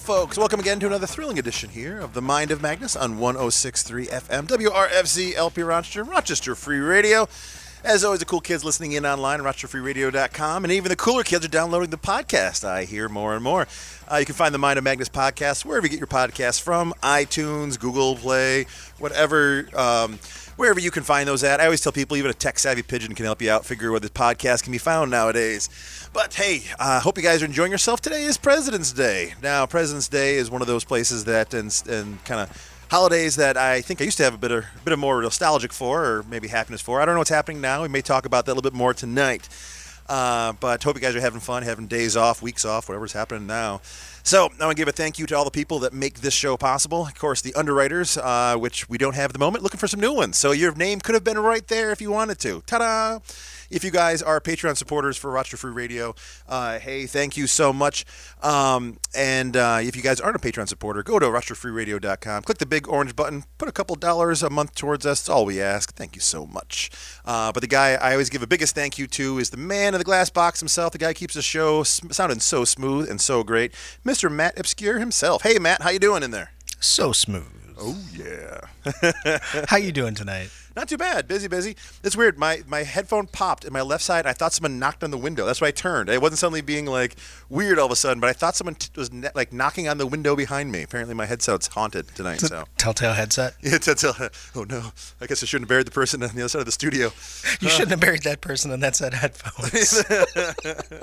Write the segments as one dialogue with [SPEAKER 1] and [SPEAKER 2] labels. [SPEAKER 1] folks? Welcome again to another thrilling edition here of The Mind of Magnus on 1063 FM, WRFZ LP Rochester, Rochester Free Radio. As always, the cool kids listening in online, rochesterfreeradio.com, and even the cooler kids are downloading the podcast. I hear more and more. Uh, you can find the Mind of Magnus podcast wherever you get your podcasts from iTunes, Google Play, whatever. Um, Wherever you can find those at. I always tell people even a tech savvy pigeon can help you out figure where this podcast can be found nowadays. But hey, I uh, hope you guys are enjoying yourself. Today is President's Day. Now, President's Day is one of those places that, and, and kind of holidays that I think I used to have a bit of a bit of more nostalgic for, or maybe happiness for. I don't know what's happening now. We may talk about that a little bit more tonight. Uh, but hope you guys are having fun, having days off, weeks off, whatever's happening now. So I want to give a thank you to all the people that make this show possible. Of course, the underwriters, uh, which we don't have at the moment, looking for some new ones. So your name could have been right there if you wanted to. Ta-da! If you guys are Patreon supporters for Rochester Free Radio, uh, hey, thank you so much. Um, and uh, if you guys aren't a Patreon supporter, go to rochesterfreeradio.com, click the big orange button, put a couple dollars a month towards us. That's all we ask. Thank you so much. Uh, but the guy I always give a biggest thank you to is the man in the glass box himself. The guy keeps the show sounding so smooth and so great, Mr. Matt Obscure himself. Hey, Matt, how you doing in there?
[SPEAKER 2] So smooth.
[SPEAKER 1] Oh yeah.
[SPEAKER 2] how you doing tonight?
[SPEAKER 1] Not too bad. Busy, busy. It's weird. My my headphone popped in my left side. And I thought someone knocked on the window. That's why I turned. It wasn't suddenly being like weird all of a sudden, but I thought someone t- was ne- like knocking on the window behind me. Apparently, my headset's haunted tonight.
[SPEAKER 2] It's a
[SPEAKER 1] so
[SPEAKER 2] telltale headset.
[SPEAKER 1] yeah, it's, it's, uh, oh no. I guess I shouldn't have buried the person on the other side of the studio.
[SPEAKER 2] You shouldn't have buried that person on that set of headphones.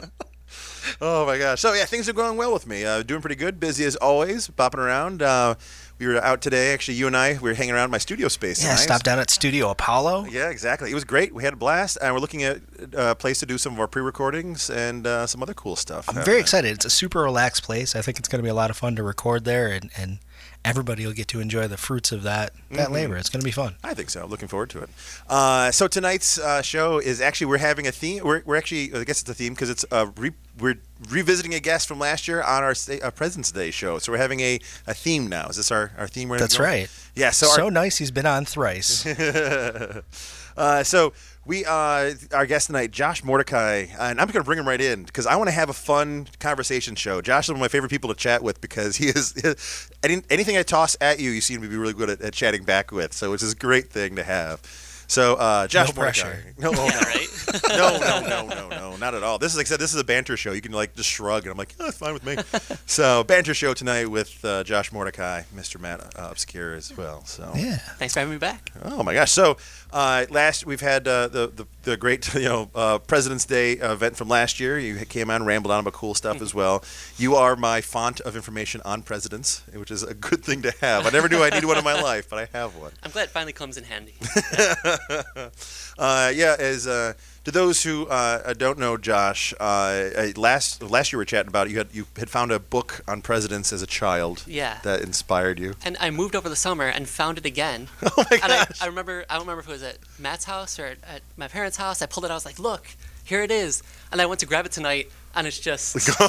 [SPEAKER 1] Oh my gosh. So yeah, things are going well with me. Uh, doing pretty good. Busy as always. Bopping around. Uh, we were out today. Actually, you and I we were hanging around my studio space.
[SPEAKER 2] yeah,
[SPEAKER 1] tonight.
[SPEAKER 2] stop down at Studio Apollo.
[SPEAKER 1] Yeah, exactly. It was great. We had a blast, and we're looking at uh, a place to do some of our pre-recordings and uh, some other cool stuff.
[SPEAKER 2] I'm very excited. It's a super relaxed place. I think it's going to be a lot of fun to record there, and, and everybody will get to enjoy the fruits of that that
[SPEAKER 1] Mm-hmm.
[SPEAKER 2] labor. It's going to be fun.
[SPEAKER 1] I think so. I'm looking forward to it. Uh, so tonight's uh, show is actually we're having a theme. We're, we're actually I guess it's a theme because it's uh, re- we're revisiting a guest from last year on our, sta- our President's Day show. So we're having a, a theme now. Is this our, our theme? We're
[SPEAKER 2] That's
[SPEAKER 1] going?
[SPEAKER 2] right.
[SPEAKER 1] Yeah. So,
[SPEAKER 2] So,
[SPEAKER 1] our-
[SPEAKER 2] nice. He's been on thrice.
[SPEAKER 1] Uh, so we uh, our guest tonight, Josh Mordecai, and I'm going to bring him right in because I want to have a fun conversation show. Josh is one of my favorite people to chat with because he is any, anything I toss at you, you seem to be really good at, at chatting back with. So it's a great thing to have. So uh, Josh
[SPEAKER 2] No
[SPEAKER 1] Mordecai.
[SPEAKER 2] pressure.
[SPEAKER 1] No, oh, no. no, no, no, no, no, not at all. This is like I said, this is a banter show. You can like just shrug, and I'm like, oh, it's fine with me. so banter show tonight with uh, Josh Mordecai, Mr. Matt uh, Obscure as well. So
[SPEAKER 2] yeah.
[SPEAKER 3] Thanks for having me back.
[SPEAKER 1] Oh my gosh! So uh, last we've had uh, the, the the great you know uh, President's Day event from last year. You came on, rambled on about cool stuff as well. You are my font of information on presidents, which is a good thing to have. I never knew I needed one in my life, but I have one.
[SPEAKER 3] I'm glad it finally comes in handy.
[SPEAKER 1] Uh, yeah, as uh, to those who uh, don't know, Josh, uh, I- last last year we were chatting about it, you had you had found a book on presidents as a child.
[SPEAKER 3] Yeah.
[SPEAKER 1] that inspired you.
[SPEAKER 3] and I moved over the summer and found it again.
[SPEAKER 1] Oh my
[SPEAKER 3] and I,
[SPEAKER 1] gosh.
[SPEAKER 3] I remember, I don't remember if it was at Matt's house or at, at my parents' house. I pulled it out. I was like, look, here it is. And I went to grab it tonight, and it's just.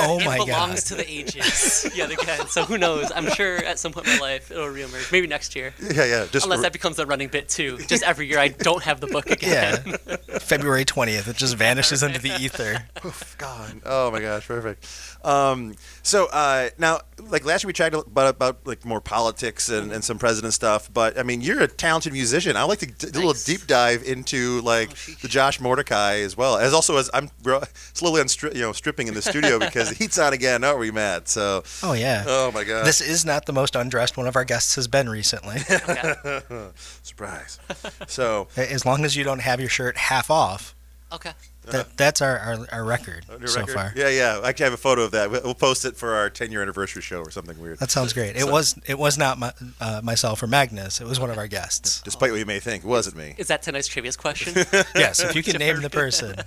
[SPEAKER 2] Oh
[SPEAKER 3] it
[SPEAKER 2] my
[SPEAKER 3] belongs
[SPEAKER 2] God.
[SPEAKER 3] to the ages yet again. So who knows? I'm sure at some point in my life it'll reemerge. Maybe next year.
[SPEAKER 1] yeah, yeah. Just
[SPEAKER 3] Unless that becomes a running bit too. Just every year I don't have the book again.
[SPEAKER 2] Yeah. February 20th. It just vanishes into the ether.
[SPEAKER 1] God. Oh my gosh, perfect. Um, so uh, now, like last year, we chatted about, about like more politics and, and some president stuff. But I mean, you're a talented musician. I like to d- do a little
[SPEAKER 3] Thanks.
[SPEAKER 1] deep dive into like the Josh Mordecai as well, as also as I'm bro- slowly unstri- you know stripping in the studio because the heat's on again, aren't we, Matt? So.
[SPEAKER 2] Oh, yeah.
[SPEAKER 1] Oh my God.
[SPEAKER 2] This is not the most undressed one of our guests has been recently.
[SPEAKER 3] Okay.
[SPEAKER 1] surprise. so.
[SPEAKER 2] as long as you don't have your shirt half off,
[SPEAKER 3] okay.
[SPEAKER 2] that, that's our, our, our record
[SPEAKER 1] your
[SPEAKER 2] so
[SPEAKER 1] record-
[SPEAKER 2] far.
[SPEAKER 1] Yeah, yeah. I actually have a photo of that. We'll we'll post it for our 10 year anniversary show or something weird.
[SPEAKER 2] That sounds great. It was it was not my, uh, myself or Magnus. It was one of our guests.
[SPEAKER 1] Despite what you may think, it wasn't me.
[SPEAKER 3] Is that tonight's trivia question?
[SPEAKER 2] Yes, if you can name the person.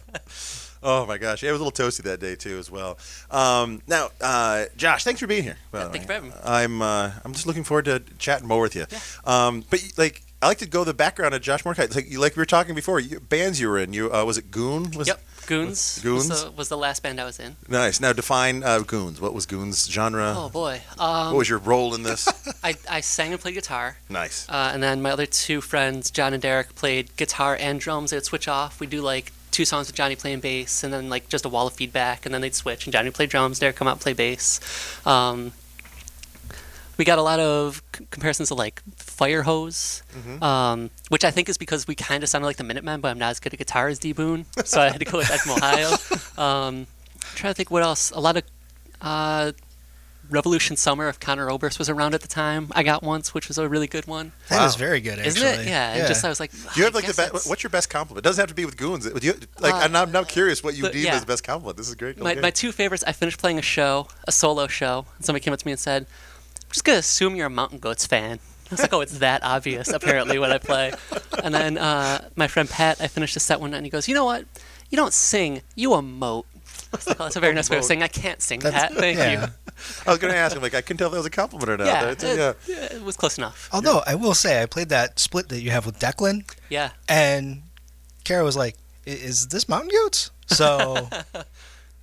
[SPEAKER 1] Oh my gosh, yeah, it was a little toasty that day too, as well. Um, now, uh, Josh, thanks for being here. by the
[SPEAKER 3] thank
[SPEAKER 1] way.
[SPEAKER 3] you for having me.
[SPEAKER 1] I'm uh, I'm just looking forward to chatting more with you. Um, but like, I like to go the background of Josh Mordecai. It's Like, you- like we were talking before, you, bands you were in. You uh, was it Goon? Was,
[SPEAKER 3] yep. Goons.
[SPEAKER 1] Goons?
[SPEAKER 3] Was the, was the last band I was in.
[SPEAKER 1] Nice. Now define uh, Goons. What was Goons genre?
[SPEAKER 3] Oh boy. Um,
[SPEAKER 1] what was your role in this?
[SPEAKER 3] I, I sang and played guitar.
[SPEAKER 1] nice.
[SPEAKER 3] Uh, and then my other two friends, John and Derek, played guitar and drums. They'd switch off. We'd do like two songs with Johnny playing bass, and then like just a wall of feedback, and then they'd switch, and Johnny would play drums, Derek come out and play bass. Um, we got a lot of c- comparisons to like Fire Hose, um, which I think is because we kind of sounded like the Minutemen, but I'm not as good at guitar as D Boone, so I had to go with Ed from Ohio. Um, I'm trying to think what else. A lot of uh, Revolution Summer of Conor Oberst was around at the time. I got once, which was a really good one.
[SPEAKER 2] That is
[SPEAKER 1] Wow.
[SPEAKER 2] very good, actually.
[SPEAKER 3] Isn't it? Yeah. And just I was like,
[SPEAKER 1] Do you have like
[SPEAKER 3] I
[SPEAKER 1] the
[SPEAKER 3] guess
[SPEAKER 1] best?
[SPEAKER 3] that's-
[SPEAKER 1] What's your best compliment? It doesn't have to be with goons. Do you, like,
[SPEAKER 3] Uh,
[SPEAKER 1] I'm, I'm now curious what you
[SPEAKER 3] the-
[SPEAKER 1] deem
[SPEAKER 3] yeah.
[SPEAKER 1] as the best compliment. This is great.
[SPEAKER 3] my,
[SPEAKER 1] Okay.
[SPEAKER 3] my two favorites i finished playing a show a solo show and somebody came up to me and said i'm just going to assume you're a mountain goats fan i was like oh it's that obvious apparently what i play and then uh, my friend pat i finished a set one night and he goes you know what you don't sing you emote I was like, oh, that's a very nice way of saying I can't sing, Pat. Thank
[SPEAKER 2] yeah.
[SPEAKER 1] I was going to ask him. Like, I couldn't tell if that was a compliment or
[SPEAKER 3] you.
[SPEAKER 1] not.
[SPEAKER 3] Yeah,
[SPEAKER 1] That's- yeah.
[SPEAKER 3] it, it was close enough.
[SPEAKER 2] Although I will say, I played that split that you have with Declan,
[SPEAKER 3] Yeah,
[SPEAKER 2] and Kara was like, "I- "Is this Mountain Goats?" So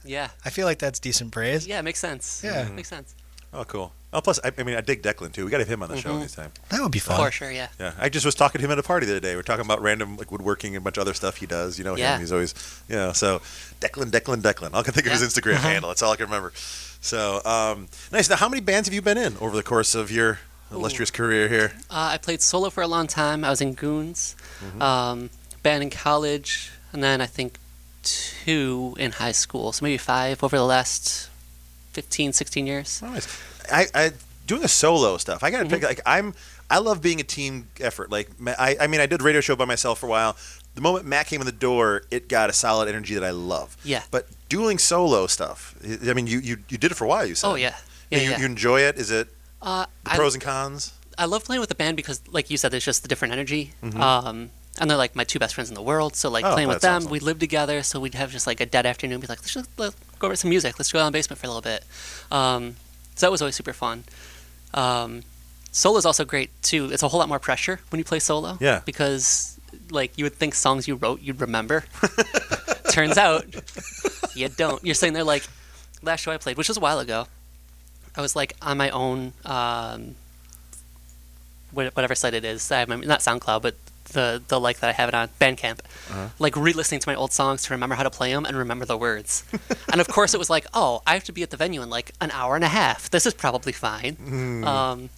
[SPEAKER 3] yeah,
[SPEAKER 2] I feel like that's decent praise.
[SPEAKER 3] yeah. It makes sense.
[SPEAKER 2] Yeah.
[SPEAKER 3] It makes sense
[SPEAKER 1] Oh, cool. Oh, plus, I, I mean, I dig Declan too. We got to have him on the show this time.
[SPEAKER 2] That would be fun.
[SPEAKER 3] for sure. Yeah.
[SPEAKER 1] Yeah, I just was talking to him at a party the other day. We are talking about random like woodworking and a bunch of other stuff he does. You know,
[SPEAKER 3] Yeah.
[SPEAKER 1] him. He's always yeah. So Declan, Declan, Declan. I can think of his Instagram handle. That's all I can remember. So um, nice. Now, how many bands have you been in over the course of your illustrious career here?
[SPEAKER 3] Uh, I played solo for a long time. I was in Goons,
[SPEAKER 1] Mm-hmm.
[SPEAKER 3] um, band in college, and then I think two in high school. So maybe five over the last 15, 16 years.
[SPEAKER 1] Oh, nice. I, I doing the solo stuff. I gotta
[SPEAKER 3] Mm-hmm.
[SPEAKER 1] pick. Like I'm. I love being a team effort. Like ma- I, I mean, I did radio show by myself for a while. The moment Matt came in the door, it got a solid energy that I love.
[SPEAKER 3] Yeah.
[SPEAKER 1] But doing solo stuff. I I mean, you you, you did it for a while. You said.
[SPEAKER 3] Oh, yeah. Yeah,
[SPEAKER 1] And you,
[SPEAKER 3] yeah.
[SPEAKER 1] you enjoy it. Is it
[SPEAKER 3] Uh,
[SPEAKER 1] the pros and cons?
[SPEAKER 3] I love playing with the band because, like you said, there's just the different energy. Um, and they're like my two best friends in the world. So like
[SPEAKER 1] Mm-hmm. Oh,
[SPEAKER 3] playing with
[SPEAKER 1] that's
[SPEAKER 3] them,
[SPEAKER 1] awesome.
[SPEAKER 3] we lived together. So we'd have just like a dead afternoon, be like, let's just let, go over some music. Let's go down the basement for a little bit. Um, so that was always super fun. Um, solo's also great too. It's a whole lot more pressure when you play solo.
[SPEAKER 1] Yeah.
[SPEAKER 3] Because like you would think songs you wrote you'd remember. Turns out you don't. You're sitting there like last show I played, which was a while ago. I was like on my own, um, wh- whatever site it is. I have my, not SoundCloud, but the the like that I have it on Bandcamp. Like re-listening to my old songs to remember how to play them and remember the words. and of course, it was like, oh, I have to be at the venue in like an hour and a half. This is probably fine.
[SPEAKER 1] Hmm.
[SPEAKER 3] Um,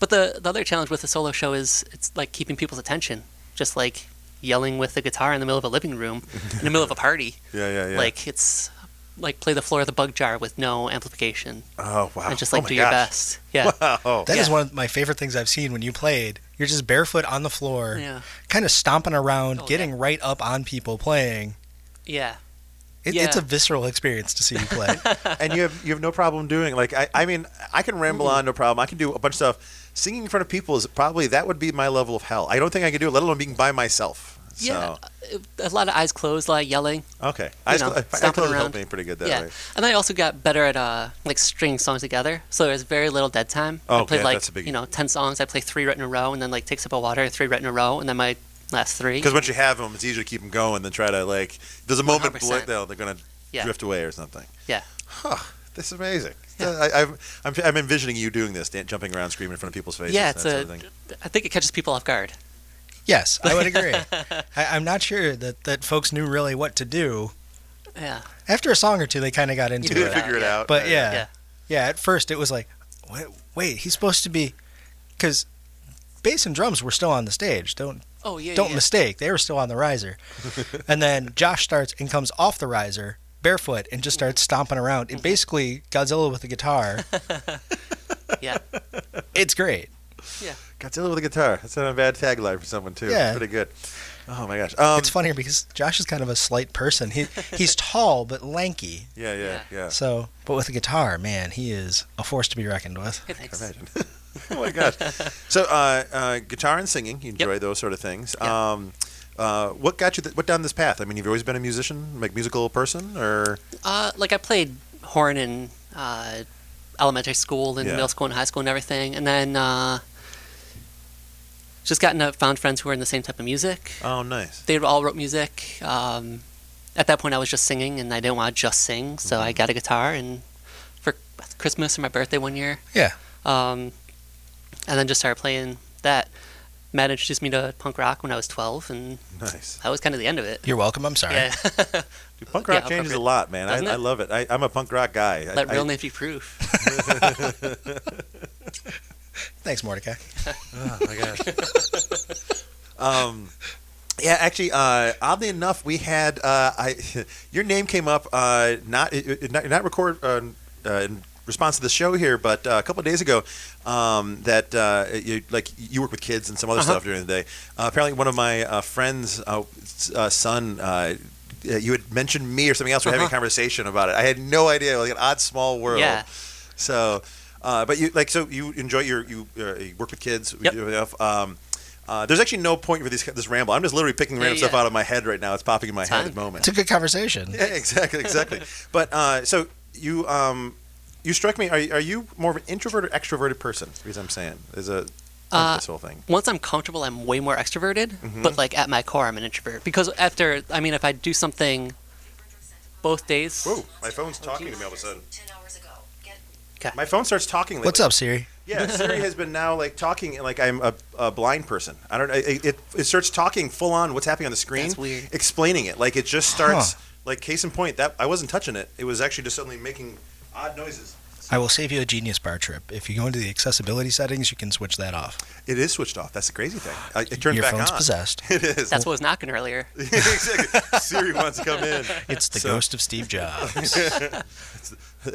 [SPEAKER 3] but the the other challenge with a solo show is it's like keeping people's attention, just like yelling with the guitar in the middle of a living room, in the middle of a party.
[SPEAKER 1] Yeah, yeah, yeah.
[SPEAKER 3] Like it's like play the floor of the bug jar with no amplification
[SPEAKER 1] Oh wow.
[SPEAKER 3] and just
[SPEAKER 1] Oh
[SPEAKER 3] like
[SPEAKER 1] my
[SPEAKER 3] do your
[SPEAKER 1] gosh.
[SPEAKER 3] best. Yeah.
[SPEAKER 1] Wow.
[SPEAKER 2] That is
[SPEAKER 3] Yeah.
[SPEAKER 2] one of my favorite things I've seen when you played. You're just barefoot on the floor,
[SPEAKER 3] Yeah.
[SPEAKER 2] kind of stomping around,
[SPEAKER 3] Oh,
[SPEAKER 2] getting right up on people playing.
[SPEAKER 3] Yeah.
[SPEAKER 2] It,
[SPEAKER 3] Yeah.
[SPEAKER 2] It's a visceral experience to see you play.
[SPEAKER 1] and you have you have no problem doing like I, I mean I can ramble on no problem. I can do a bunch of stuff. Singing in front of people is probably that would be my level of hell. I don't think I could do it, let alone being by myself.
[SPEAKER 3] Yeah.
[SPEAKER 1] So
[SPEAKER 3] A lot of eyes closed, a lot of yelling.
[SPEAKER 1] okay, I,
[SPEAKER 3] You know,
[SPEAKER 1] I, I
[SPEAKER 3] stomping
[SPEAKER 1] totally
[SPEAKER 3] around.
[SPEAKER 1] helped me pretty good that
[SPEAKER 3] yeah.
[SPEAKER 1] way.
[SPEAKER 3] And I also got better at uh like stringing songs together. So there's very little dead time. I
[SPEAKER 1] Oh,
[SPEAKER 3] played
[SPEAKER 1] yeah,
[SPEAKER 3] like
[SPEAKER 1] that's a biggie.
[SPEAKER 3] you know, ten songs, I play three right in a row and then like take a sip of water, three right in a row, and then my last three.
[SPEAKER 1] Because once you have them, it's easier to keep them going than try to like. There's a moment
[SPEAKER 3] 100%.
[SPEAKER 1] bl- they're going to
[SPEAKER 3] Yeah.
[SPEAKER 1] drift away or something.
[SPEAKER 3] Yeah.
[SPEAKER 1] Huh. This is amazing. I, I'm, I'm I'm envisioning you doing this, dan- jumping around, screaming in front of people's faces.
[SPEAKER 3] Yeah,
[SPEAKER 1] and
[SPEAKER 3] it's
[SPEAKER 1] that
[SPEAKER 3] a. I
[SPEAKER 1] sort of thing.
[SPEAKER 3] think it catches people off guard.
[SPEAKER 2] yes, I would agree. I, I'm not sure that, that folks knew really what to do.
[SPEAKER 3] Yeah.
[SPEAKER 2] After a song or two, they kind of got into
[SPEAKER 1] You
[SPEAKER 3] it
[SPEAKER 2] it.
[SPEAKER 3] out,
[SPEAKER 1] figure it
[SPEAKER 3] yeah.
[SPEAKER 1] out.
[SPEAKER 2] But
[SPEAKER 1] right?
[SPEAKER 2] yeah, yeah,
[SPEAKER 3] Yeah.
[SPEAKER 2] At first, it was like, wait, wait he's supposed to be, because bass and drums were still on the stage. Don't
[SPEAKER 3] Oh yeah.
[SPEAKER 2] don't
[SPEAKER 3] yeah.
[SPEAKER 2] mistake, they were still on the riser. and then Josh starts and comes off the riser barefoot and just starts stomping around. It basically Godzilla with a guitar.
[SPEAKER 3] Yeah.
[SPEAKER 2] it's great.
[SPEAKER 3] Yeah.
[SPEAKER 1] Godzilla with a guitar. That's not a bad tagline for someone too.
[SPEAKER 2] Yeah.
[SPEAKER 1] pretty good. Oh my gosh. Um,
[SPEAKER 2] It's funnier because Josh is kind of a slight person. He he's tall but lanky.
[SPEAKER 1] yeah, yeah,
[SPEAKER 3] Yeah.
[SPEAKER 1] yeah.
[SPEAKER 2] So, but with a guitar, man, he is a force to be reckoned with.
[SPEAKER 3] Hey, thanks.
[SPEAKER 1] Imagine. oh my gosh. So, uh, uh, guitar and singing, you enjoy those sort of things.
[SPEAKER 3] Yeah.
[SPEAKER 1] Um, uh, what got you? Th- what down this path? I mean, you've always been a musician, like musical person, or
[SPEAKER 3] Uh, like I played horn in uh, elementary school and
[SPEAKER 1] Yeah.
[SPEAKER 3] middle school and high school and everything, and then uh, just gotten up, found friends who were in the same type of music.
[SPEAKER 1] oh, nice.
[SPEAKER 3] They all wrote music. Um, at that point, I was just singing, and I didn't want to just sing, so
[SPEAKER 1] Mm-hmm.
[SPEAKER 3] I got a guitar and for Christmas and my birthday one year,
[SPEAKER 2] Yeah.
[SPEAKER 3] um, and then just started playing that. Matt introduced me to punk rock when I was 12, and
[SPEAKER 1] Nice.
[SPEAKER 3] that was kind of the end of it.
[SPEAKER 2] You're welcome. I'm sorry.
[SPEAKER 3] Yeah,
[SPEAKER 1] Dude, punk
[SPEAKER 3] Yeah,
[SPEAKER 1] rock changes a
[SPEAKER 3] appropriate.
[SPEAKER 1] lot, man.
[SPEAKER 3] Doesn't
[SPEAKER 1] I, I
[SPEAKER 3] it?
[SPEAKER 1] love it. I, I'm a punk rock guy. I-
[SPEAKER 3] let
[SPEAKER 1] I,
[SPEAKER 3] real name be proof.
[SPEAKER 2] Thanks, Mordecai.
[SPEAKER 1] Oh my gosh. um, yeah, actually, uh, oddly enough, we had uh, I, your name came up uh, not it- it- not, not record uh, uh, in response to the show here, but uh, a couple of days ago um, that uh, you like you work with kids and some other
[SPEAKER 3] Uh-huh.
[SPEAKER 1] stuff during the day. Uh, apparently, one of my uh, friends' uh, s- uh, son. Uh, you had mentioned me or something else. We're having a
[SPEAKER 3] Uh-huh.
[SPEAKER 1] conversation about it. I had no idea. Like an odd, small world.
[SPEAKER 3] Yeah.
[SPEAKER 1] So, uh, but you like so you enjoy your you, uh, you work with kids. we
[SPEAKER 3] Yep.
[SPEAKER 1] do stuff. Um, uh, there's actually no point for this this ramble. I'm just literally picking
[SPEAKER 3] Yeah,
[SPEAKER 1] random stuff
[SPEAKER 3] yeah.
[SPEAKER 1] out of my head right now. It's popping in my head at
[SPEAKER 3] fine.
[SPEAKER 1] the moment.
[SPEAKER 2] It's a good conversation.
[SPEAKER 1] Yeah, exactly, exactly. but uh, so you um, you strike me. Are, you- are you more of an introverted or extroverted person? The reason I'm saying is a
[SPEAKER 3] Uh,
[SPEAKER 1] this whole thing.
[SPEAKER 3] once I'm comfortable, I'm way more extroverted.
[SPEAKER 1] Mm-hmm.
[SPEAKER 3] But like at my core, I'm an introvert because after I mean, if I do something both days,
[SPEAKER 1] Whoa, my phone's talking to me all of a sudden.
[SPEAKER 4] Ten hours ago. Get
[SPEAKER 1] My phone starts talking. Lately.
[SPEAKER 2] What's up, Siri?
[SPEAKER 1] Yeah, Siri has been now like talking like I'm a, a blind person. I don't. It, it it starts talking full on what's happening on the screen.
[SPEAKER 3] That's weird.
[SPEAKER 1] Explaining it like it just starts.
[SPEAKER 2] Huh.
[SPEAKER 1] Like case in point, that I wasn't touching it. It was actually just suddenly making odd noises.
[SPEAKER 2] I will save you a Genius Bar trip. If you go into the accessibility settings, you can switch that off.
[SPEAKER 1] It is switched off. That's the crazy thing. I, it turned
[SPEAKER 2] Your
[SPEAKER 1] back
[SPEAKER 2] phone's
[SPEAKER 1] on.
[SPEAKER 2] possessed.
[SPEAKER 1] It is.
[SPEAKER 3] that's what was knocking earlier.
[SPEAKER 1] exactly. Siri wants to come in.
[SPEAKER 2] It's the
[SPEAKER 1] So-
[SPEAKER 2] ghost of Steve Jobs.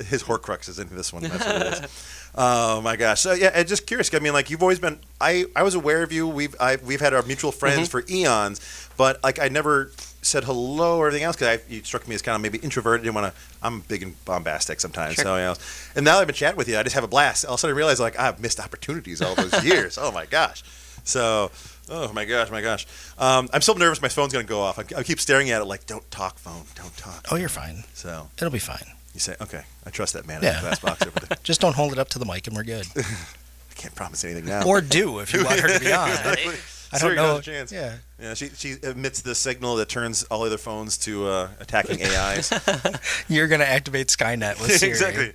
[SPEAKER 1] His Horcrux is in this one. That's what it is. Oh my gosh. So yeah, i just curious. I mean, like you've always been. I I was aware of you. We've I, we've had our mutual friends for eons, but like I never said hello or anything else because you struck me as kind of maybe introverted. Didn't want to. I'm big and bombastic sometimes.
[SPEAKER 3] Sure.
[SPEAKER 1] So you know. And now that I've been chatting with you, I just have a blast. All of a sudden, I realize like I've missed opportunities all those years. Oh my gosh. So. Oh my gosh, my gosh! Um, I'm so nervous. My phone's gonna go off. I, I keep staring at it like, "Don't talk, phone. Don't talk."
[SPEAKER 2] oh, you're fine.
[SPEAKER 1] So
[SPEAKER 2] It'll be fine.
[SPEAKER 1] you say, okay, I trust that man in
[SPEAKER 2] Yeah.
[SPEAKER 1] the glass box over there.
[SPEAKER 2] Just don't hold it up to the mic and we're good.
[SPEAKER 1] I can't promise anything now.
[SPEAKER 2] Or do if you want her to be on. I don't
[SPEAKER 1] Siri
[SPEAKER 2] know.
[SPEAKER 1] knows a chance.
[SPEAKER 2] Yeah.
[SPEAKER 1] Yeah, she, she emits the signal that turns all other phones to uh, attacking AIs.
[SPEAKER 2] You're going to activate Skynet with Siri.
[SPEAKER 1] exactly.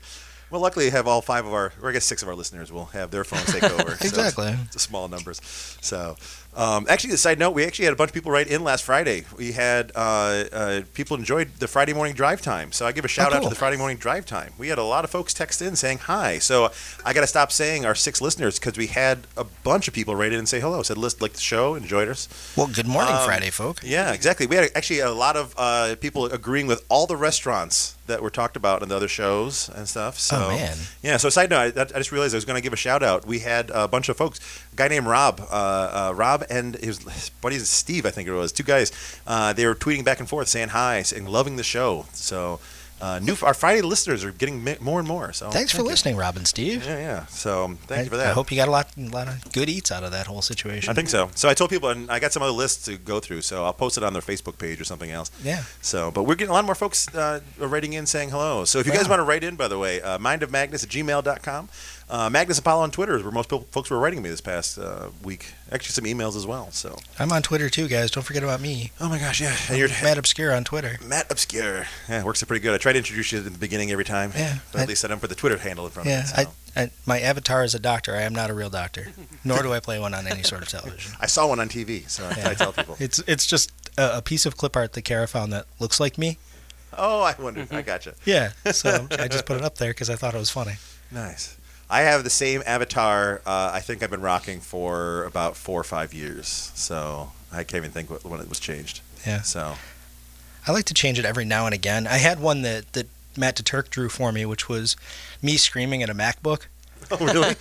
[SPEAKER 1] Well, luckily, we have all five of our, or I guess six of our listeners will have their phones take over. So
[SPEAKER 2] Exactly.
[SPEAKER 1] it's, it's small numbers. So, um, actually, the side note, we actually had a bunch of people write in last Friday. We had uh, uh, people enjoyed the Friday morning drive time. So I give a shout out to
[SPEAKER 2] Oh, cool.
[SPEAKER 1] the Friday morning drive time. We had a lot of folks text in saying hi. So I got to stop saying our six listeners because we had a bunch of people write in and say hello. Said list like the show, enjoyed us.
[SPEAKER 2] Well, good morning,
[SPEAKER 1] Um,
[SPEAKER 2] Friday, folk.
[SPEAKER 1] Yeah, exactly. We had actually a lot of uh, people agreeing with all the restaurants that were talked about in the other shows and stuff. So,
[SPEAKER 2] Oh, man.
[SPEAKER 1] yeah. So, side note, I, that- I just realized I was going to give a shout out. We had a bunch of folks. A guy named Rob, uh, uh, Rob and his, his buddy Steve, I think it was. Two guys. Uh, they were tweeting back and forth, saying hi and loving the show. So, uh, new our Friday listeners are getting mi- more and more. So,
[SPEAKER 2] Thanks for
[SPEAKER 1] thank you.
[SPEAKER 2] listening, Rob and Steve.
[SPEAKER 1] Yeah, yeah. So, um, thank
[SPEAKER 2] I,
[SPEAKER 1] you for that.
[SPEAKER 2] I hope you got a lot, a lot of good eats out of that whole situation.
[SPEAKER 1] I think so. So I told people, and I got some other lists to go through. So I'll post it on their Facebook page or something else.
[SPEAKER 2] Yeah.
[SPEAKER 1] So, but we're getting a lot more folks uh, are writing in saying hello. So if you
[SPEAKER 2] Right
[SPEAKER 1] guys
[SPEAKER 2] on.
[SPEAKER 1] want to write in, by the way, uh, mindofmagnus at gmail.com. Uh, Magnus Apollo on Twitter is where most people, folks were writing me this past uh, week. Actually, some emails as well. So,
[SPEAKER 2] I'm on Twitter too, guys. Don't forget about me.
[SPEAKER 1] oh my gosh, yeah. And you're
[SPEAKER 2] Matt Obscure on Twitter.
[SPEAKER 1] Matt Obscure. Yeah, works out pretty good. I try to introduce you at the beginning every time.
[SPEAKER 2] Yeah,
[SPEAKER 1] But at
[SPEAKER 2] I-
[SPEAKER 1] least I don't put the Twitter handle in front
[SPEAKER 2] Yeah,
[SPEAKER 1] of it.
[SPEAKER 2] I,
[SPEAKER 1] So.
[SPEAKER 2] I, my avatar is a doctor. I am not a real doctor, nor do I play one on any sort of television.
[SPEAKER 1] I, saw one on TV, so I,
[SPEAKER 2] Yeah.
[SPEAKER 1] I tell people.
[SPEAKER 2] It's it's just a, a piece of clip art that Kara found that looks like me.
[SPEAKER 1] Oh, I wondered. I gotcha.
[SPEAKER 2] Yeah, so I just put it up there because I thought it was funny.
[SPEAKER 1] Nice. I have the same avatar. Uh, I think I've been rocking for about four or five years. So I can't even think what, when it was changed.
[SPEAKER 2] Yeah,
[SPEAKER 1] So
[SPEAKER 2] I like to change it every now and again. I had one that that Matt DeTurk drew for me, which was me screaming at a MacBook,
[SPEAKER 1] oh really?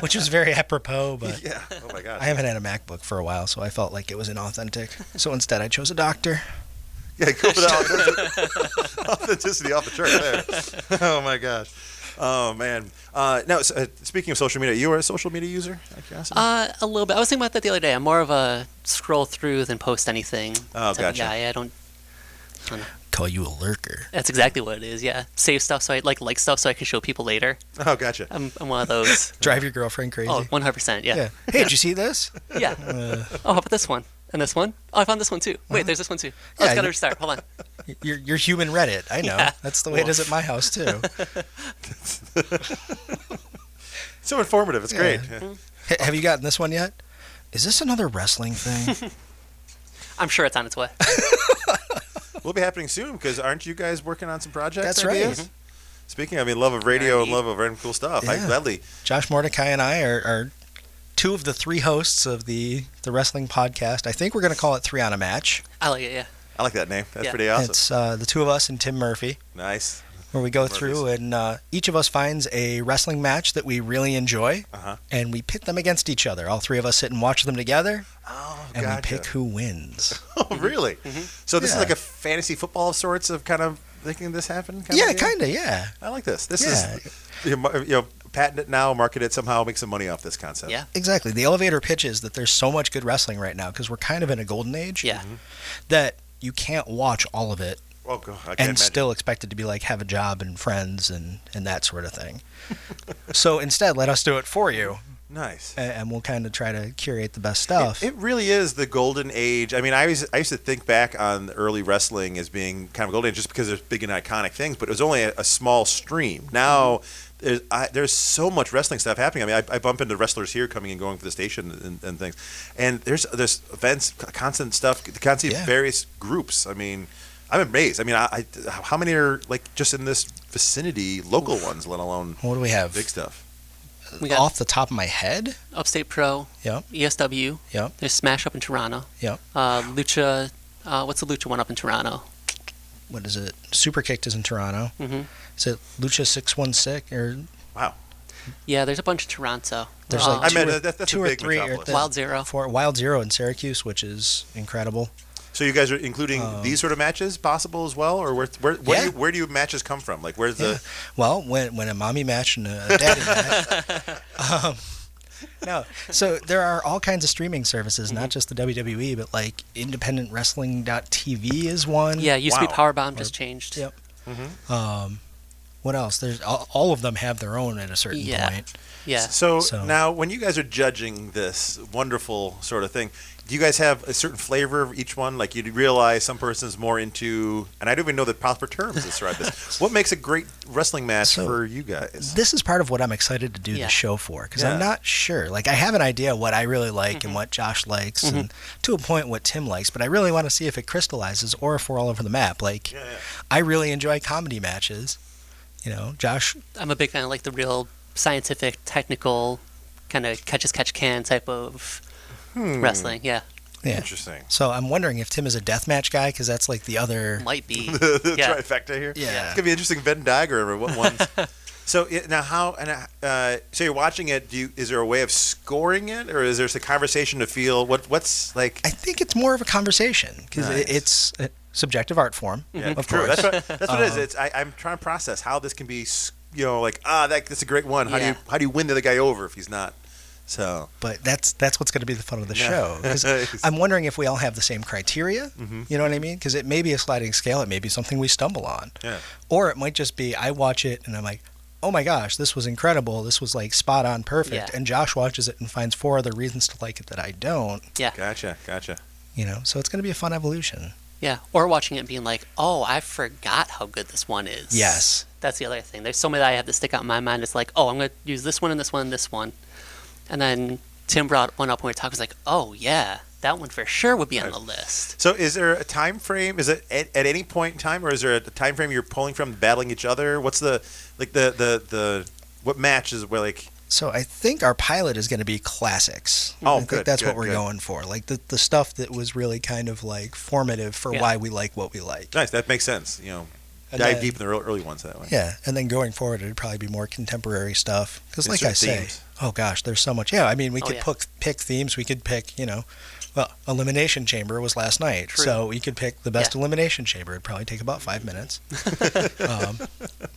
[SPEAKER 2] which was very apropos. But
[SPEAKER 1] yeah. Oh my gosh.
[SPEAKER 2] I haven't had a MacBook for a while, so I felt like it was inauthentic. So instead, I chose a doctor.
[SPEAKER 1] Yeah, go for the authenticity off the chart there. Oh my gosh. Oh man. Uh, now, so, uh, speaking of social media, you are a social media user. out of curiosity?
[SPEAKER 3] Uh, a little bit. I was thinking about that the other day. I'm more of a scroll through than post anything.
[SPEAKER 1] Oh,
[SPEAKER 3] type of
[SPEAKER 1] gotcha.
[SPEAKER 3] Guy. I don't.
[SPEAKER 2] Call you a lurker.
[SPEAKER 3] That's exactly what it is. Yeah, save stuff so I like like stuff so I can show people later.
[SPEAKER 1] oh, gotcha.
[SPEAKER 3] I'm, I'm one of those.
[SPEAKER 2] Drive your girlfriend crazy.
[SPEAKER 3] oh, 100. percent Yeah.
[SPEAKER 2] yeah. Hey, did you see this?
[SPEAKER 3] Yeah.
[SPEAKER 2] Uh,
[SPEAKER 3] oh, how about this one? And this one? Oh, I found this one too. Wait, there's this one too. Oh,
[SPEAKER 2] Uh-huh. Yeah,
[SPEAKER 3] it's got
[SPEAKER 2] you-
[SPEAKER 3] to restart. Hold on.
[SPEAKER 2] You're, you're human Reddit. I know.
[SPEAKER 3] Yeah.
[SPEAKER 2] That's the way it is at my house, too.
[SPEAKER 1] so informative. It's great.
[SPEAKER 3] Mm-hmm.
[SPEAKER 2] Yeah.
[SPEAKER 1] Yeah.
[SPEAKER 2] H- Have you gotten this one yet? Is this another wrestling thing?
[SPEAKER 3] I'm sure it's on its way.
[SPEAKER 1] Will be happening soon because aren't you guys working on some projects?
[SPEAKER 3] Mm-hmm.
[SPEAKER 2] That's right.
[SPEAKER 1] ideas? Speaking of, I mean, love of radio and
[SPEAKER 3] R&B.
[SPEAKER 1] love of random cool stuff. I
[SPEAKER 2] Yeah.
[SPEAKER 1] gladly.
[SPEAKER 2] Josh Mordecai and I are, are two of the three hosts of the the wrestling podcast. I think we're going to call it Three on a Match.
[SPEAKER 3] I like it. Yeah.
[SPEAKER 1] I like that name. That's
[SPEAKER 3] Yeah.
[SPEAKER 1] pretty awesome.
[SPEAKER 2] It's uh, the two of us and Tim Murphy,
[SPEAKER 1] nice.
[SPEAKER 2] where we go
[SPEAKER 1] Murphy's.
[SPEAKER 2] through and uh, each of us finds a wrestling match that we really enjoy,
[SPEAKER 1] Uh-huh.
[SPEAKER 2] and we pit them against each other. All three of us sit and watch them together,
[SPEAKER 1] Oh,
[SPEAKER 2] and
[SPEAKER 1] gotcha.
[SPEAKER 2] we pick who wins.
[SPEAKER 1] Oh, really? So this is
[SPEAKER 2] Yeah.
[SPEAKER 1] like a fantasy football of sorts of kind of making this happen. Kind
[SPEAKER 2] yeah,
[SPEAKER 1] of
[SPEAKER 2] kind of. Yeah.
[SPEAKER 1] of. I like this. This
[SPEAKER 2] Yeah.
[SPEAKER 1] is you know, you know, patent it now, market it somehow, make some money off this concept.
[SPEAKER 3] Yeah.
[SPEAKER 2] Exactly. The elevator pitch is that there's so much good wrestling right now because we're kind of in a golden age.
[SPEAKER 3] Yeah.
[SPEAKER 1] Mm-hmm.
[SPEAKER 2] That you can't watch all of it
[SPEAKER 1] Oh, God, I can't
[SPEAKER 2] and
[SPEAKER 1] imagine.
[SPEAKER 2] still expect it to be like have a job and friends and, and that sort of thing. so instead, let us do it for you
[SPEAKER 1] nice.
[SPEAKER 2] a- and, we'll kind of try to curate the best
[SPEAKER 1] It-
[SPEAKER 2] stuff.
[SPEAKER 1] It, really is the golden age. I mean, I was I used to think back on the early wrestling as being kind of a golden age just because there's big and iconic things, but it was only a, a small stream. Now
[SPEAKER 2] Mm-hmm.
[SPEAKER 1] there's, I, there's so much wrestling stuff happening. I mean, I, I bump into wrestlers here coming and going for the station and, and things, and there's there's events, c- constant stuff, constant
[SPEAKER 2] Yeah.
[SPEAKER 1] various groups. I mean. I'm amazed. I mean, I, I, how many are like just in this vicinity, local ones, let alone
[SPEAKER 2] what do we have?
[SPEAKER 1] big stuff?
[SPEAKER 3] We got
[SPEAKER 2] Off the top of my head,
[SPEAKER 3] Upstate Pro.
[SPEAKER 2] Yep.
[SPEAKER 3] ESW.
[SPEAKER 2] Yep.
[SPEAKER 3] There's Smash up in Toronto.
[SPEAKER 2] Yep.
[SPEAKER 3] Uh, Lucha. Uh, what's the Lucha one up in Toronto?
[SPEAKER 2] what is it? Super Kicked is in Toronto.
[SPEAKER 3] Mhm.
[SPEAKER 2] Is it Lucha 616 or
[SPEAKER 3] Yeah, there's a bunch in Toronto.
[SPEAKER 2] There's
[SPEAKER 3] Uh,
[SPEAKER 2] like
[SPEAKER 1] I
[SPEAKER 2] two
[SPEAKER 1] mean,
[SPEAKER 2] or,
[SPEAKER 1] that- that's a
[SPEAKER 2] two or
[SPEAKER 1] big
[SPEAKER 2] three or
[SPEAKER 1] metropolis.
[SPEAKER 2] the-
[SPEAKER 3] Wild Zero.
[SPEAKER 2] four, Wild Zero in Syracuse, which is incredible.
[SPEAKER 1] So you guys are including
[SPEAKER 2] Um,
[SPEAKER 1] these sort of matches possible as well, or where where where,
[SPEAKER 2] Yeah.
[SPEAKER 1] do, you, where do you matches come from? Like where's
[SPEAKER 2] Yeah.
[SPEAKER 1] the
[SPEAKER 2] Well, when when a mommy match and a daddy match. Um, no, so there are all kinds of streaming services,
[SPEAKER 3] Mm-hmm.
[SPEAKER 2] not just the WWE, but like independentwrestling.tv is one.
[SPEAKER 3] Yeah, Mm-hmm. it used to be
[SPEAKER 1] Wow.
[SPEAKER 3] Powerbomb, just changed.
[SPEAKER 2] Yep. Um, what else? There's all, all of them have their own at a certain
[SPEAKER 3] Yeah.
[SPEAKER 2] point.
[SPEAKER 3] Yeah.
[SPEAKER 1] so,
[SPEAKER 2] So-
[SPEAKER 1] now when you guys are judging this wonderful sort of thing, do you guys have a certain flavor of each one? Like you realize some person's more into, and I don't even know the proper terms to describe this. What makes a great wrestling match
[SPEAKER 2] So-
[SPEAKER 1] for you guys?
[SPEAKER 2] This is part of what I'm excited to do
[SPEAKER 3] Yeah.
[SPEAKER 2] the show for because
[SPEAKER 1] Yeah. Mm-hmm.
[SPEAKER 2] I'm not sure. Like I have an idea what I really like and what Josh likes, and to a point what Tim likes, but I really want to see if it crystallizes or if we're all over the map. Like
[SPEAKER 1] Yeah, yeah.
[SPEAKER 2] I really enjoy comedy matches. You know, Josh
[SPEAKER 3] I'm a big fan of like the real scientific, technical, kind of catch as catch can type of
[SPEAKER 2] Hmm.
[SPEAKER 3] wrestling. Yeah,
[SPEAKER 2] Yeah.
[SPEAKER 1] Interesting.
[SPEAKER 2] So I'm wondering if Tim is a deathmatch guy because that's like the other.
[SPEAKER 3] might be.
[SPEAKER 1] the
[SPEAKER 3] yeah.
[SPEAKER 1] trifecta here.
[SPEAKER 2] Yeah.
[SPEAKER 1] it's gonna be interesting Venn diagram of what ones. so it, now, how and uh, so you're watching it? Do you, is there a way of scoring it, or is there a conversation to feel what what's like?
[SPEAKER 2] I think it's more of a conversation because
[SPEAKER 1] Nice.
[SPEAKER 2] it's a subjective art form.
[SPEAKER 3] Mm-hmm.
[SPEAKER 1] Yeah,
[SPEAKER 2] of
[SPEAKER 1] true.
[SPEAKER 2] course.
[SPEAKER 1] That's what, that's what it is.
[SPEAKER 3] Uh-huh.
[SPEAKER 1] It's I, I'm trying to process how this can be, s- you know, like ah, that that's a great one. How
[SPEAKER 3] Yeah.
[SPEAKER 1] do you how do you win the other guy over if he's not? So
[SPEAKER 2] But that's that's what's going to be the fun of the
[SPEAKER 1] Yeah.
[SPEAKER 2] show. 'cause
[SPEAKER 1] Nice.
[SPEAKER 2] I'm wondering if we all have the same criteria.
[SPEAKER 1] Mm-hmm.
[SPEAKER 2] You know what I mean? Because it may be a sliding scale. It may be something we stumble on.
[SPEAKER 1] Yeah.
[SPEAKER 2] Or it might just be I watch it and I'm like, oh my gosh, this was incredible. This was like spot on, perfect.
[SPEAKER 3] Yeah.
[SPEAKER 2] And Josh watches it and finds four other reasons to like it that I don't.
[SPEAKER 3] Yeah,
[SPEAKER 1] gotcha, gotcha.
[SPEAKER 2] You know, so it's going to be a fun evolution.
[SPEAKER 3] yeah. Or watching it and being like, oh, I forgot how good this one is.
[SPEAKER 2] Yes.
[SPEAKER 3] That's the other thing. There's so many that I have to stick out in my mind. It's like, oh, I'm going to use this one and this one and this one. And then Tim brought one up when we were talking. I was like, oh, yeah, that one for sure would be on the list.
[SPEAKER 1] So is there a time frame? Is it at, at any point in time, or is there a time frame you're pulling from, battling each other? What's the like the the the what match is where like
[SPEAKER 2] So I think our pilot is going to be classics.
[SPEAKER 1] Oh,
[SPEAKER 2] I think
[SPEAKER 1] good,
[SPEAKER 2] that's
[SPEAKER 1] good,
[SPEAKER 2] what we're
[SPEAKER 1] good.
[SPEAKER 2] going for. Like the, the stuff that was really kind of like formative for
[SPEAKER 3] Yeah.
[SPEAKER 2] why we like what we like.
[SPEAKER 1] nice? That makes sense. You know,
[SPEAKER 2] And
[SPEAKER 1] dive
[SPEAKER 2] then-
[SPEAKER 1] deep in the early, early ones that way.
[SPEAKER 2] Yeah, and then going forward, it'd probably be more contemporary stuff. Because,
[SPEAKER 1] There's
[SPEAKER 2] like I
[SPEAKER 1] certain
[SPEAKER 2] say,
[SPEAKER 1] themes.
[SPEAKER 2] oh gosh, there's so much. Yeah, I mean, we
[SPEAKER 3] Oh,
[SPEAKER 2] could
[SPEAKER 3] yeah.
[SPEAKER 2] pick, pick themes. We could pick, you know, well, Elimination Chamber was last night.
[SPEAKER 3] True.
[SPEAKER 2] So we could pick the best
[SPEAKER 3] Yeah.
[SPEAKER 2] Elimination Chamber. It'd probably take about five minutes. um,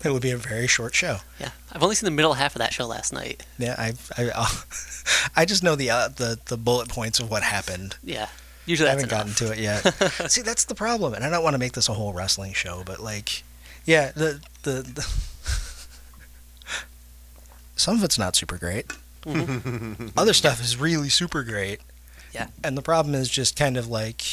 [SPEAKER 2] it would be a very short show.
[SPEAKER 3] Yeah. I've only seen the middle half of that show last night.
[SPEAKER 2] Yeah, I, I, I'll- I just know the, uh, the, the bullet points of what happened.
[SPEAKER 3] Yeah. Usually
[SPEAKER 2] I
[SPEAKER 3] that's
[SPEAKER 2] haven't
[SPEAKER 3] enough.
[SPEAKER 2] gotten to it yet. See, that's the problem, and I don't want to make this a whole wrestling show, but like, yeah, the the, the some of it's not super great.
[SPEAKER 1] Mm-hmm.
[SPEAKER 2] Other stuff is really super great.
[SPEAKER 3] Yeah.
[SPEAKER 2] and the problem is just kind of like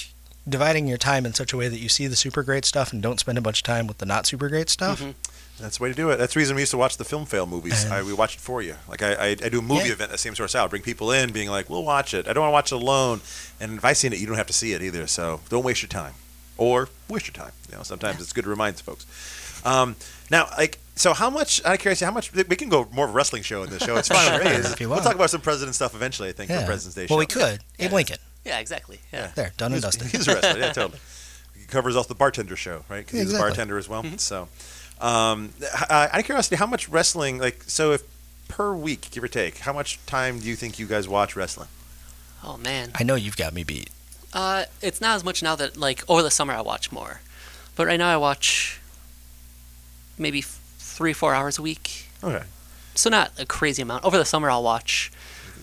[SPEAKER 2] dividing your time in such a way that you see the super great stuff and don't spend a bunch of time with the not super great stuff.
[SPEAKER 3] Mm-hmm.
[SPEAKER 1] That's the way to do it. That's the reason we used to watch the film fail movies.
[SPEAKER 2] And-
[SPEAKER 1] I, we watch it for you. Like I, I, I do a movie
[SPEAKER 2] Yeah.
[SPEAKER 1] event, the same sort of style. Bring people in, being like, "We'll watch it." I don't want to watch it alone. And if I seen it, you don't have to see it either. So don't waste your time. or waste your time. You know, sometimes it's good to remind folks. Um, now, like, so how much? I'm curious. How much? We can go more of a wrestling show in this show. It's fine. with me.
[SPEAKER 2] If you
[SPEAKER 1] We'll
[SPEAKER 2] want.
[SPEAKER 1] talk about some president stuff eventually. I think for President's Day.
[SPEAKER 2] Well,
[SPEAKER 1] show.
[SPEAKER 2] we could. Abe Lincoln.
[SPEAKER 3] Yeah, exactly. Yeah.
[SPEAKER 2] There, done
[SPEAKER 1] He's,
[SPEAKER 2] and dusted.
[SPEAKER 1] he's a wrestler. Yeah, totally. He covers off the bartender show, right? Because
[SPEAKER 2] Yeah,
[SPEAKER 1] he's
[SPEAKER 2] exactly. Mm-hmm.
[SPEAKER 1] a bartender as well. So, um, h- uh, out of curiosity, how much wrestling? Like, so if per week, give or take, how much time do you think you guys watch wrestling?
[SPEAKER 3] Oh man.
[SPEAKER 2] I know you've got me beat.
[SPEAKER 3] Uh, it's not as much now that like over the summer I watch more, but right now I watch maybe f- three four hours a week.
[SPEAKER 1] Okay,
[SPEAKER 3] So not a crazy amount. Over the summer I'll watch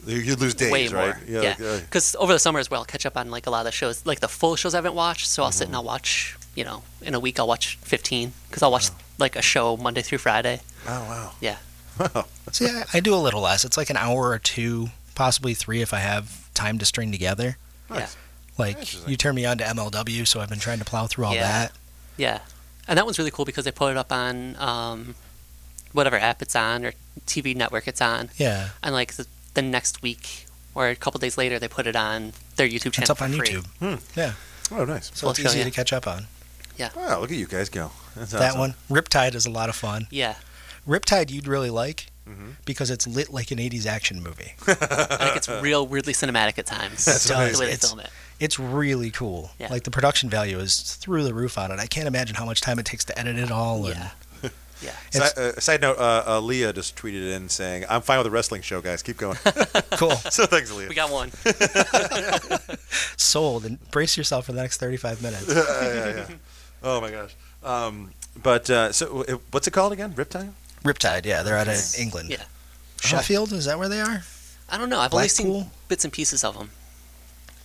[SPEAKER 1] you, you lose days,
[SPEAKER 3] way
[SPEAKER 1] right?
[SPEAKER 3] more. Yeah,
[SPEAKER 1] like, uh,
[SPEAKER 3] because over the summer as well, I'll catch up on like a lot of the shows, like the full shows I haven't watched. So I'll sit
[SPEAKER 1] Mm-hmm.
[SPEAKER 3] and I'll watch. You know, in a week I'll watch 15 because I'll watch like a show Monday through Friday.
[SPEAKER 1] oh wow.
[SPEAKER 3] Yeah.
[SPEAKER 1] Wow.
[SPEAKER 2] See, I, I do a little less. It's like an hour or two, possibly three if I have time to string together.
[SPEAKER 1] Nice.
[SPEAKER 2] Like
[SPEAKER 1] Interesting.
[SPEAKER 2] you turn me on to MLW, so I've been trying to plow through all
[SPEAKER 3] Yeah.
[SPEAKER 2] that.
[SPEAKER 3] Yeah, and that one's really cool because they put it up on um, whatever app it's on or TV network it's on,
[SPEAKER 2] Yeah,
[SPEAKER 3] and like the, the next week or a couple days later they put it on their YouTube channel.
[SPEAKER 2] it's up
[SPEAKER 3] for
[SPEAKER 2] on
[SPEAKER 3] free.
[SPEAKER 2] YouTube,
[SPEAKER 1] Oh, nice.
[SPEAKER 2] so
[SPEAKER 3] Full
[SPEAKER 2] it's
[SPEAKER 3] show,
[SPEAKER 2] easy
[SPEAKER 3] yeah.
[SPEAKER 2] to catch up on.
[SPEAKER 1] Wow, look at you guys go. That's
[SPEAKER 2] That
[SPEAKER 1] awesome.
[SPEAKER 2] one, Riptide, is a lot of fun.
[SPEAKER 3] Yeah,
[SPEAKER 2] Riptide, you'd really like
[SPEAKER 1] Mm-hmm.
[SPEAKER 2] because it's lit like an '80s action movie.
[SPEAKER 3] I think it's real weirdly cinematic at times.
[SPEAKER 2] That's
[SPEAKER 3] the
[SPEAKER 2] amazing.
[SPEAKER 3] way they
[SPEAKER 2] It's-
[SPEAKER 3] film it.
[SPEAKER 2] It's really cool.
[SPEAKER 3] Yeah.
[SPEAKER 2] Like the production value is through the roof on it. I can't imagine how much time it takes to edit it all. And
[SPEAKER 3] Yeah. Yeah,
[SPEAKER 1] Si- uh, side note: uh, uh, Leah just tweeted in saying, "I'm fine with the wrestling show, guys. Keep going."
[SPEAKER 2] cool,
[SPEAKER 1] so thanks, Leah.
[SPEAKER 3] we got one.
[SPEAKER 2] sold. And brace yourself for the next 35 minutes.
[SPEAKER 1] oh my gosh. Um, but uh, so, uh, what's it called again? Riptide.
[SPEAKER 2] Riptide, yeah, they're out of England.
[SPEAKER 3] Yeah.
[SPEAKER 2] Sheffield, is that where they are?
[SPEAKER 3] I don't know. I've only seen
[SPEAKER 2] Blackpool?
[SPEAKER 3] bits and pieces of them,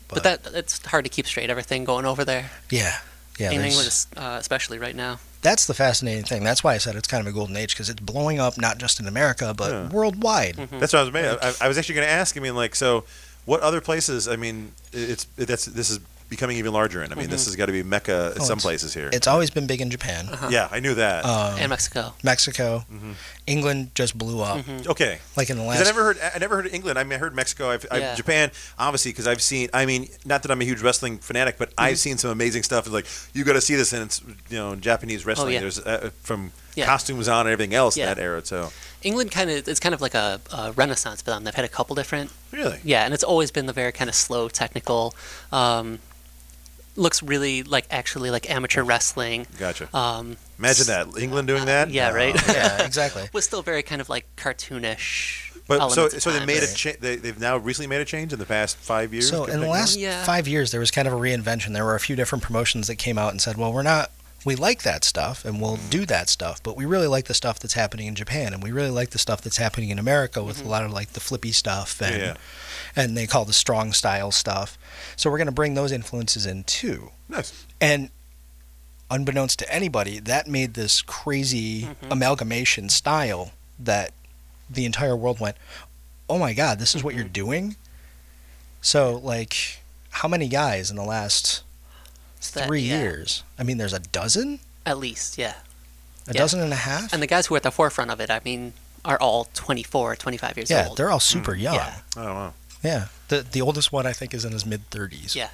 [SPEAKER 3] but,
[SPEAKER 2] But-
[SPEAKER 3] that it's hard to keep straight. Everything going over there
[SPEAKER 2] Yeah. Yeah,
[SPEAKER 3] in
[SPEAKER 2] there's-
[SPEAKER 3] England, es- uh, especially right now.
[SPEAKER 2] that's the fascinating thing. That's why I said it's kind of a golden age because it's blowing up not just in America but
[SPEAKER 1] Yeah.
[SPEAKER 2] worldwide.
[SPEAKER 3] Hmm.
[SPEAKER 1] That's what I was. Made. I, I was actually going to ask. I mean, like, so, what other places? I mean, it's that's this is becoming even larger. And I mean, this
[SPEAKER 3] Mm-hmm.
[SPEAKER 1] has got to be mecca in
[SPEAKER 2] Oh,
[SPEAKER 1] some
[SPEAKER 2] it's-
[SPEAKER 1] places here.
[SPEAKER 2] It's always been big in Japan,
[SPEAKER 1] yeah, I knew that.
[SPEAKER 2] um,
[SPEAKER 3] Uh-huh. and Mm-hmm. Mexico.
[SPEAKER 2] Mexico, England just blew up
[SPEAKER 3] Mm-hmm.
[SPEAKER 1] okay.
[SPEAKER 2] like in the
[SPEAKER 1] 'Cause
[SPEAKER 2] last.
[SPEAKER 1] I never heard, I never heard of England. I mean, I heard Mexico, I've, I've,
[SPEAKER 3] Yeah.
[SPEAKER 1] Japan, obviously, because I've seen. I mean, not that I'm a huge wrestling fanatic, but
[SPEAKER 3] Mm-hmm.
[SPEAKER 1] I've seen some amazing stuff. It's like you got to see this, and it's you know Japanese wrestling.
[SPEAKER 3] Oh, yeah.
[SPEAKER 1] There's uh, from
[SPEAKER 3] Yeah.
[SPEAKER 1] costumes on and everything else
[SPEAKER 3] Yeah.
[SPEAKER 1] in that era. So
[SPEAKER 3] England kind of it's kind of like a, a renaissance for them. They've had a couple different
[SPEAKER 1] really,
[SPEAKER 3] Yeah, and it's always been the very kind of slow, technical. Um, looks really like actually like amateur wrestling.
[SPEAKER 1] gotcha.
[SPEAKER 3] Um,
[SPEAKER 1] Imagine that England doing that.
[SPEAKER 3] yeah,
[SPEAKER 1] Uh,
[SPEAKER 3] right.
[SPEAKER 2] yeah, exactly.
[SPEAKER 3] was still very kind of like cartoonish.
[SPEAKER 1] But so,
[SPEAKER 3] elements at
[SPEAKER 1] so they
[SPEAKER 3] times.
[SPEAKER 1] made a
[SPEAKER 2] Right.
[SPEAKER 1] cha- they, they've now recently made a change in the past five years.
[SPEAKER 2] So
[SPEAKER 1] give
[SPEAKER 2] in the
[SPEAKER 1] or take?
[SPEAKER 2] last
[SPEAKER 3] Yeah.
[SPEAKER 2] five years, there was kind of a reinvention. There were a few different promotions that came out and said, "Well, we're not. We like that stuff, and we'll do that stuff, but we really like the stuff that's happening in Japan, and we really like the stuff that's happening in America with a lot of like the flippy stuff, and
[SPEAKER 1] yeah.
[SPEAKER 2] and they call the strong style stuff. So we're going to bring those influences in too,
[SPEAKER 1] nice.
[SPEAKER 2] and." Unbeknownst to anybody, that made this crazy
[SPEAKER 3] Mm-hmm.
[SPEAKER 2] amalgamation style that the entire world went, oh my god, this is what you're
[SPEAKER 3] Mm-hmm.
[SPEAKER 2] doing. So like, how many guys in the last
[SPEAKER 3] That-
[SPEAKER 2] three
[SPEAKER 3] yeah,
[SPEAKER 2] years? I mean, there's a dozen,
[SPEAKER 3] at least. Yeah,
[SPEAKER 2] a
[SPEAKER 3] Yeah.
[SPEAKER 2] dozen and a half.
[SPEAKER 3] and the guys who are at the forefront of it, I mean, are all 24, 25 years
[SPEAKER 2] yeah,
[SPEAKER 3] old. Mm,
[SPEAKER 2] they're all super young.
[SPEAKER 3] Yeah.
[SPEAKER 2] Yeah.
[SPEAKER 1] I don't know.
[SPEAKER 2] the the oldest one I think is in his mid thirties.
[SPEAKER 3] Yeah.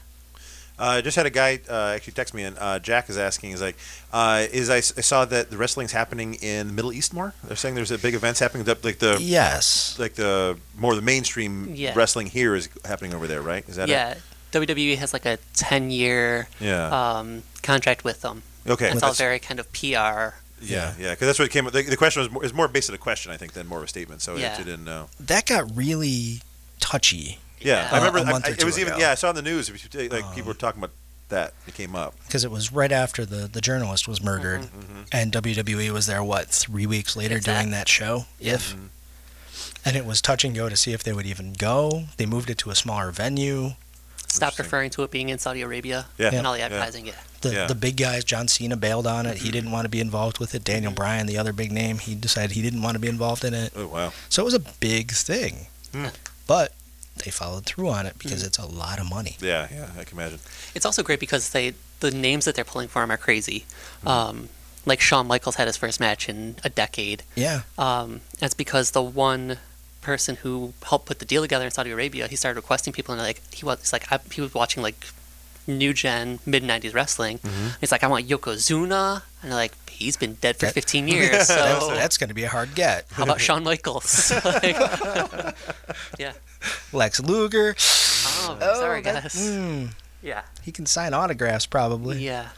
[SPEAKER 1] Uh, just had a guy uh, actually text me, and uh, Jack is asking, is like, uh, is I, s- I saw that the wrestling's happening in the Middle East more. They're saying there's a big events happening, that- like the
[SPEAKER 2] Yes.
[SPEAKER 1] like the more the mainstream
[SPEAKER 3] Yeah.
[SPEAKER 1] wrestling here is happening over there, right? Is that
[SPEAKER 3] yeah. WWE has like a ten-year
[SPEAKER 1] it? Yeah.
[SPEAKER 3] um, contract with them.
[SPEAKER 1] okay.
[SPEAKER 3] And it's all
[SPEAKER 1] That's-
[SPEAKER 3] very kind of PR.
[SPEAKER 1] yeah, yeah, because that's what it came. The, the question was more, is more based on a question, I think, than more of a statement. So
[SPEAKER 3] Yeah.
[SPEAKER 1] it didn't know.
[SPEAKER 2] That got really touchy
[SPEAKER 1] Yeah,
[SPEAKER 3] Yeah.
[SPEAKER 1] I
[SPEAKER 2] Uh,
[SPEAKER 1] remember.
[SPEAKER 2] a
[SPEAKER 1] I-
[SPEAKER 2] month
[SPEAKER 1] I-
[SPEAKER 2] or
[SPEAKER 1] it was
[SPEAKER 2] two
[SPEAKER 1] even.
[SPEAKER 2] ago. Uh-huh.
[SPEAKER 1] Yeah, I saw in the news. Like people were talking about that. It came up.
[SPEAKER 2] because it was right after the the journalist was murdered, and WWE was there what three weeks later
[SPEAKER 3] Exactly.
[SPEAKER 2] doing that show, if. And it was touch and go to see if they would even go. They moved it to a smaller venue.
[SPEAKER 3] Stopped
[SPEAKER 1] Interesting.
[SPEAKER 3] referring to it being in Saudi Arabia
[SPEAKER 1] Yeah.
[SPEAKER 3] and all the
[SPEAKER 1] Yeah.
[SPEAKER 3] advertising. Yeah.
[SPEAKER 2] the,
[SPEAKER 1] Yeah.
[SPEAKER 2] the big guys, John Cena bailed on it. He didn't want to be involved with it. Daniel Bryan, the other big name, he decided he didn't want to be involved in it.
[SPEAKER 1] Oh wow.
[SPEAKER 2] So it was a big thing.
[SPEAKER 1] Hmm.
[SPEAKER 2] But they followed through on it because it's a lot of money.
[SPEAKER 1] Yeah, yeah, I can imagine.
[SPEAKER 3] It's also great because they the names that they're pulling for him are crazy.
[SPEAKER 1] Mm-hmm.
[SPEAKER 3] Um, like Shawn Michaels had his first match in a decade.
[SPEAKER 2] Yeah.
[SPEAKER 3] Um, that's because the one person who helped put the deal together in Saudi Arabia, he started requesting people, and like he was he's like I, he was watching like new gen mid '90s wrestling. He's like, I want Yokozuna, and they're like, he's been dead for
[SPEAKER 2] That-
[SPEAKER 3] 15
[SPEAKER 2] That's,
[SPEAKER 3] years. So
[SPEAKER 2] that's going to be a hard get.
[SPEAKER 3] how about Shawn Michaels? Like, yeah.
[SPEAKER 2] Lex Luger,
[SPEAKER 3] Oh, sorry guys.
[SPEAKER 2] mm,
[SPEAKER 3] Yeah.
[SPEAKER 2] he can sign autographs probably.
[SPEAKER 3] Yeah.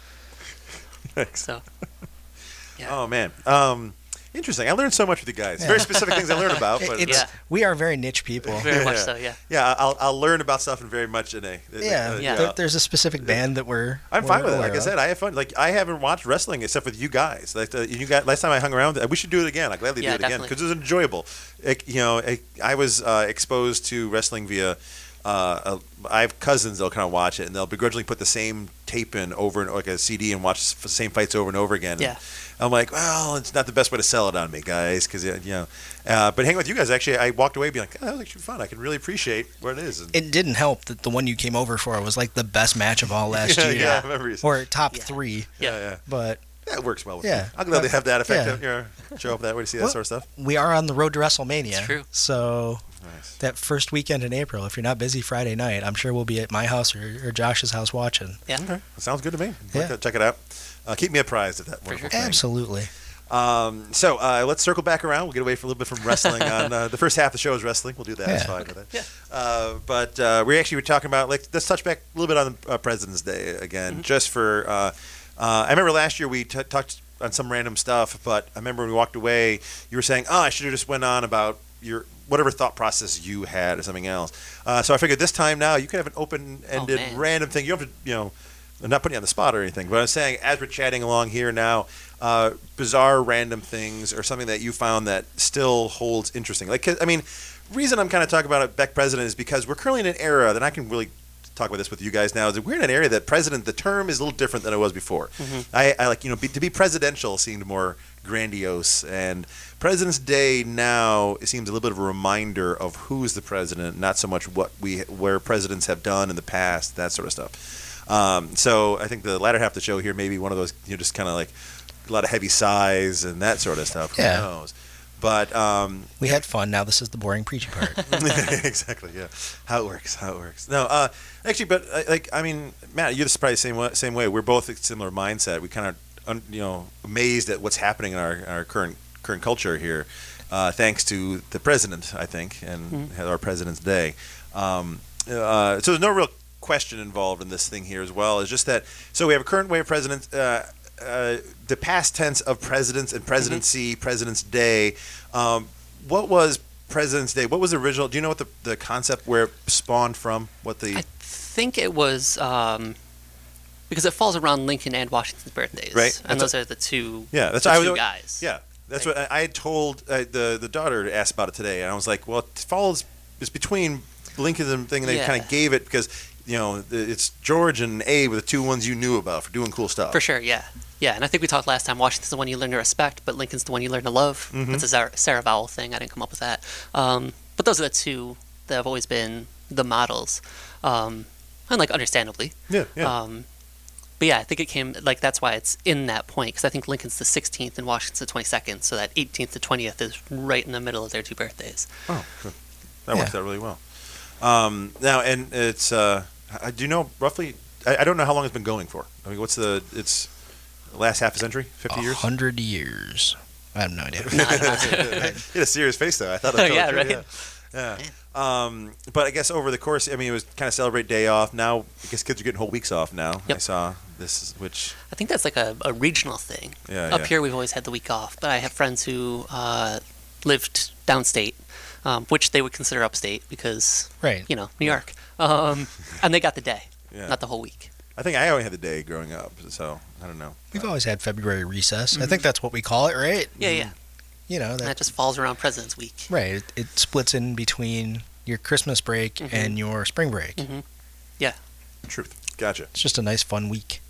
[SPEAKER 3] So
[SPEAKER 1] Oh man, um, interesting. I learned so much with you guys. Very specific things I learned about.
[SPEAKER 2] It-
[SPEAKER 1] But
[SPEAKER 2] it's,
[SPEAKER 3] Yeah.
[SPEAKER 2] We are very niche people.
[SPEAKER 3] very much
[SPEAKER 1] Yeah.
[SPEAKER 3] so. Yeah.
[SPEAKER 1] yeah, I'll, I'll learn about stuff in very much in a.
[SPEAKER 2] Yeah,
[SPEAKER 1] uh,
[SPEAKER 3] Yeah.
[SPEAKER 2] there- there's a specific band that we're.
[SPEAKER 1] I'm
[SPEAKER 2] we're
[SPEAKER 1] fine with it.
[SPEAKER 2] aware
[SPEAKER 1] Like I
[SPEAKER 2] of.
[SPEAKER 1] said, I have fun. Like I haven't watched wrestling except with you guys. Like uh, you guys, last time I hung around, uh, we should do it again. I gladly
[SPEAKER 3] Yeah,
[SPEAKER 1] do it again
[SPEAKER 3] definitely.
[SPEAKER 1] because it was enjoyable. It, you know, it, I was uh, exposed to wrestling via. Uh, uh, I have cousins. They'll kind of watch it, and they'll begrudgingly put the same tape in over and like a CD and watch the same fights over and over again. And
[SPEAKER 3] Yeah.
[SPEAKER 1] I'm like, well, it's not the best way to sell it on me, guys, because you know. Uh, but hanging with you guys, actually, I walked away being like, oh, that was actually fun. I can really appreciate what it is. And-
[SPEAKER 2] It didn't help that the one you came over for was like the best match of all last
[SPEAKER 1] yeah,
[SPEAKER 2] year,
[SPEAKER 1] yeah, I remember you said-
[SPEAKER 2] or top
[SPEAKER 3] Yeah.
[SPEAKER 2] three.
[SPEAKER 3] Yeah.
[SPEAKER 1] yeah, yeah.
[SPEAKER 2] But
[SPEAKER 1] That works well with
[SPEAKER 2] Yeah.
[SPEAKER 1] me. I'll gladly have that effect
[SPEAKER 2] Yeah.
[SPEAKER 1] on your show up that way to see that
[SPEAKER 2] Well-
[SPEAKER 1] sort of stuff.
[SPEAKER 2] we are on the road to WrestleMania.
[SPEAKER 3] It's true.
[SPEAKER 2] So
[SPEAKER 1] Nice.
[SPEAKER 2] that first weekend in April, if you're not busy Friday night, I'm sure we'll be at my house or, or Josh's house watching.
[SPEAKER 3] Yeah.
[SPEAKER 1] Sounds good to me.
[SPEAKER 2] Yeah.
[SPEAKER 1] Check it- Check it out. Uh, keep me apprised of that wonderful
[SPEAKER 3] sure.
[SPEAKER 1] thing.
[SPEAKER 2] Absolutely.
[SPEAKER 1] Um, so uh, let's circle back around. We'll get away for a little bit from wrestling. on uh, The first half of the show is wrestling. We'll do that. It's
[SPEAKER 2] Yeah.
[SPEAKER 1] fine with that. Uh, but uh, we actually were talking about, like, let's touch back a little bit on uh, President's Day again, just for. Uh, uh, I remember last year we t- talked on some random stuff, but I remember when we walked away, you were saying, oh, I should have just went on about your whatever thought process you had or something else. Uh, so I figured this time now you could have an open ended,
[SPEAKER 3] man.
[SPEAKER 1] random thing. You don't have to, you know, I'm not putting you on the spot or anything, but I'm saying as we're chatting along here now, uh, bizarre random things or something that you found that still holds interesting. Like, 'cause- I mean, reason I'm kind of talking about it, Beck President, is because we're currently in an era that I can really talk about this with you guys now. Is that we're in an area that president, the term is a little different than it was before. I, I like you know be, to be presidential seemed more grandiose, and President's Day now it seems a little bit of a reminder of who's the president, not so much what we where presidents have done in the past, that sort of stuff. Um, so I think the latter half of the show here may be one of those you know just kind of like a lot of heavy sighs and that sort of stuff. Who
[SPEAKER 2] Yeah.
[SPEAKER 1] knows? But um,
[SPEAKER 2] We had fun. Now this is the boring preachy part.
[SPEAKER 1] exactly. Yeah, how it works. How it works. No, uh, actually, but uh, like I mean, Matt, you're just probably the same way, same way. We're both a similar mindset. We kind of un, you know amazed at what's happening in our, our current current culture here, uh, thanks to the president, I think, and our president's day. Um, uh, so there's no real question involved in this thing here as well. It's just that so we have a current way of president. Uh, uh, the past tense of presidents and presidency, President's Day. Um, what was President's Day? What was the original? Do you know what the, the concept where it spawned from? What the
[SPEAKER 3] I think it was um, because it falls around Lincoln and Washington's birthdays,
[SPEAKER 1] Right.
[SPEAKER 3] And
[SPEAKER 1] That's
[SPEAKER 3] those are the two.
[SPEAKER 1] yeah, that's
[SPEAKER 3] the
[SPEAKER 1] I
[SPEAKER 3] two
[SPEAKER 1] was
[SPEAKER 3] guys.
[SPEAKER 1] yeah, that's
[SPEAKER 3] Like-
[SPEAKER 1] what I, I had told uh, the the daughter to ask about it today, and I was like, well, it follows it's between Lincoln and thing. And they
[SPEAKER 3] Yeah.
[SPEAKER 1] kind of gave it because you know the- it's George and A were the two ones you knew about for doing cool stuff.
[SPEAKER 3] For sure, yeah. Yeah, and I think we talked last time. Washington's the one you learn to respect, but Lincoln's the one you learn to love.
[SPEAKER 1] Mm-hmm.
[SPEAKER 3] That's a Sarah, Sarah Vowell thing. I didn't come up with that. Um, but those are the two that have always been the models, um, and like understandably.
[SPEAKER 1] Yeah, yeah.
[SPEAKER 3] Um, but yeah, I think it came like that's why it's in that point because I think Lincoln's the 16th and Washington's the 22nd, so that 18th to 20th is right in the middle of their two birthdays.
[SPEAKER 1] Oh, good. that works
[SPEAKER 2] Yeah.
[SPEAKER 1] out really well. Um, now, and it's uh, I- do you know roughly? I, I don't know how long it's been going for. I mean, what's the it's last half a century, fifty years?
[SPEAKER 2] hundred years. I have no idea.
[SPEAKER 1] He had a serious face though. I thought. I
[SPEAKER 3] Yeah,
[SPEAKER 1] told you,
[SPEAKER 3] right?
[SPEAKER 1] Yeah. yeah. Um, but I guess over the course, I mean, it was kind of celebrate day off. Now, I guess kids are getting whole weeks off now.
[SPEAKER 3] Yep.
[SPEAKER 1] I saw this, which
[SPEAKER 3] I think that's like a, a regional thing.
[SPEAKER 1] Yeah,
[SPEAKER 3] Up
[SPEAKER 1] yeah.
[SPEAKER 3] here, we've always had the week off, but I have friends who uh, lived downstate, um, which they would consider upstate because,
[SPEAKER 2] Right.
[SPEAKER 3] you know, New York. Um, and they got the day,
[SPEAKER 1] Yeah.
[SPEAKER 3] not the whole week.
[SPEAKER 1] I think I only had the day growing up. So I don't know.
[SPEAKER 2] We've always had February recess. I think that's what we call it, Mm-hmm. right?
[SPEAKER 3] Yeah, yeah.
[SPEAKER 2] You know,
[SPEAKER 3] And that
[SPEAKER 2] that,
[SPEAKER 3] just falls around President's Week.
[SPEAKER 2] right. It, it splits in between your Christmas break
[SPEAKER 3] Mm-hmm.
[SPEAKER 2] and your spring break.
[SPEAKER 1] Truth. Gotcha.
[SPEAKER 2] It's just a nice, fun week.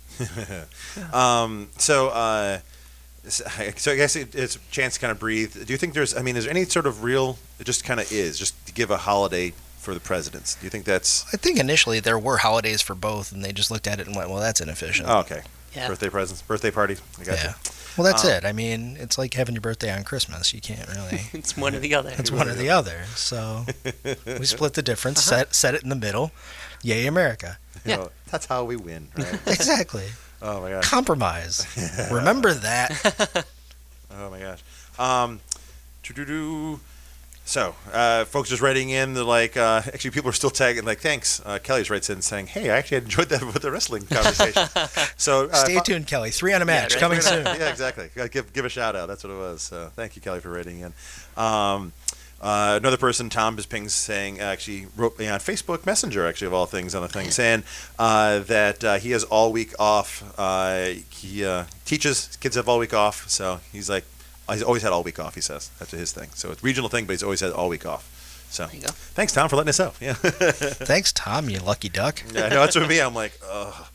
[SPEAKER 1] Um, so, uh, so I so I guess it, it's a chance to kind of breathe. Do you think there's? I mean, is there any sort of real? It just kind of is. Just to give a holiday for the presidents. Do you think that's?
[SPEAKER 2] I think initially there were holidays for both, and they just looked at it and went, "Well, that's inefficient."
[SPEAKER 1] Oh, okay.
[SPEAKER 3] Yeah.
[SPEAKER 1] Birthday presents, birthday parties. I gotcha.
[SPEAKER 2] Yeah. Well, that's
[SPEAKER 1] Um,
[SPEAKER 2] it. I mean, it's like having your birthday on Christmas. You can't really.
[SPEAKER 3] It's one or the other. Uh-huh.
[SPEAKER 2] It's one or the other. So we split the difference, set set it in the middle. Yay, America.
[SPEAKER 3] Yeah.
[SPEAKER 1] You know, that's how we win, right?
[SPEAKER 2] Exactly.
[SPEAKER 1] oh my gosh.
[SPEAKER 2] Compromise. Remember that.
[SPEAKER 1] Oh my gosh. Um, doo-doo-doo. so, uh, folks just writing in, they're like, uh, actually, people are still tagging, like, thanks. Uh, Kelly's writes in saying, hey, I actually enjoyed that with the wrestling conversation. so, uh,
[SPEAKER 2] Stay
[SPEAKER 1] fo-
[SPEAKER 2] tuned, Kelly. Three on a match
[SPEAKER 3] right.
[SPEAKER 2] coming
[SPEAKER 1] We're
[SPEAKER 2] soon.
[SPEAKER 1] gonna- yeah, exactly. Gotta Give give a shout out. That's what it was. So thank you, Kelly, for writing in. Um, uh, another person, Tom Bisping, saying uh, actually wrote me on Facebook Messenger, actually of all things, on the thing, saying uh, that uh, he has all week off. Uh, he uh, teaches kids have all week off, so he's like he's always had all week off. He says that's his thing. So it's a regional thing, but he's always had all week off. So
[SPEAKER 3] There you go.
[SPEAKER 1] thanks, Tom, for letting us out. Yeah,
[SPEAKER 2] Thanks, Tom, you lucky duck.
[SPEAKER 1] yeah. I know that's with me. I'm like, oh,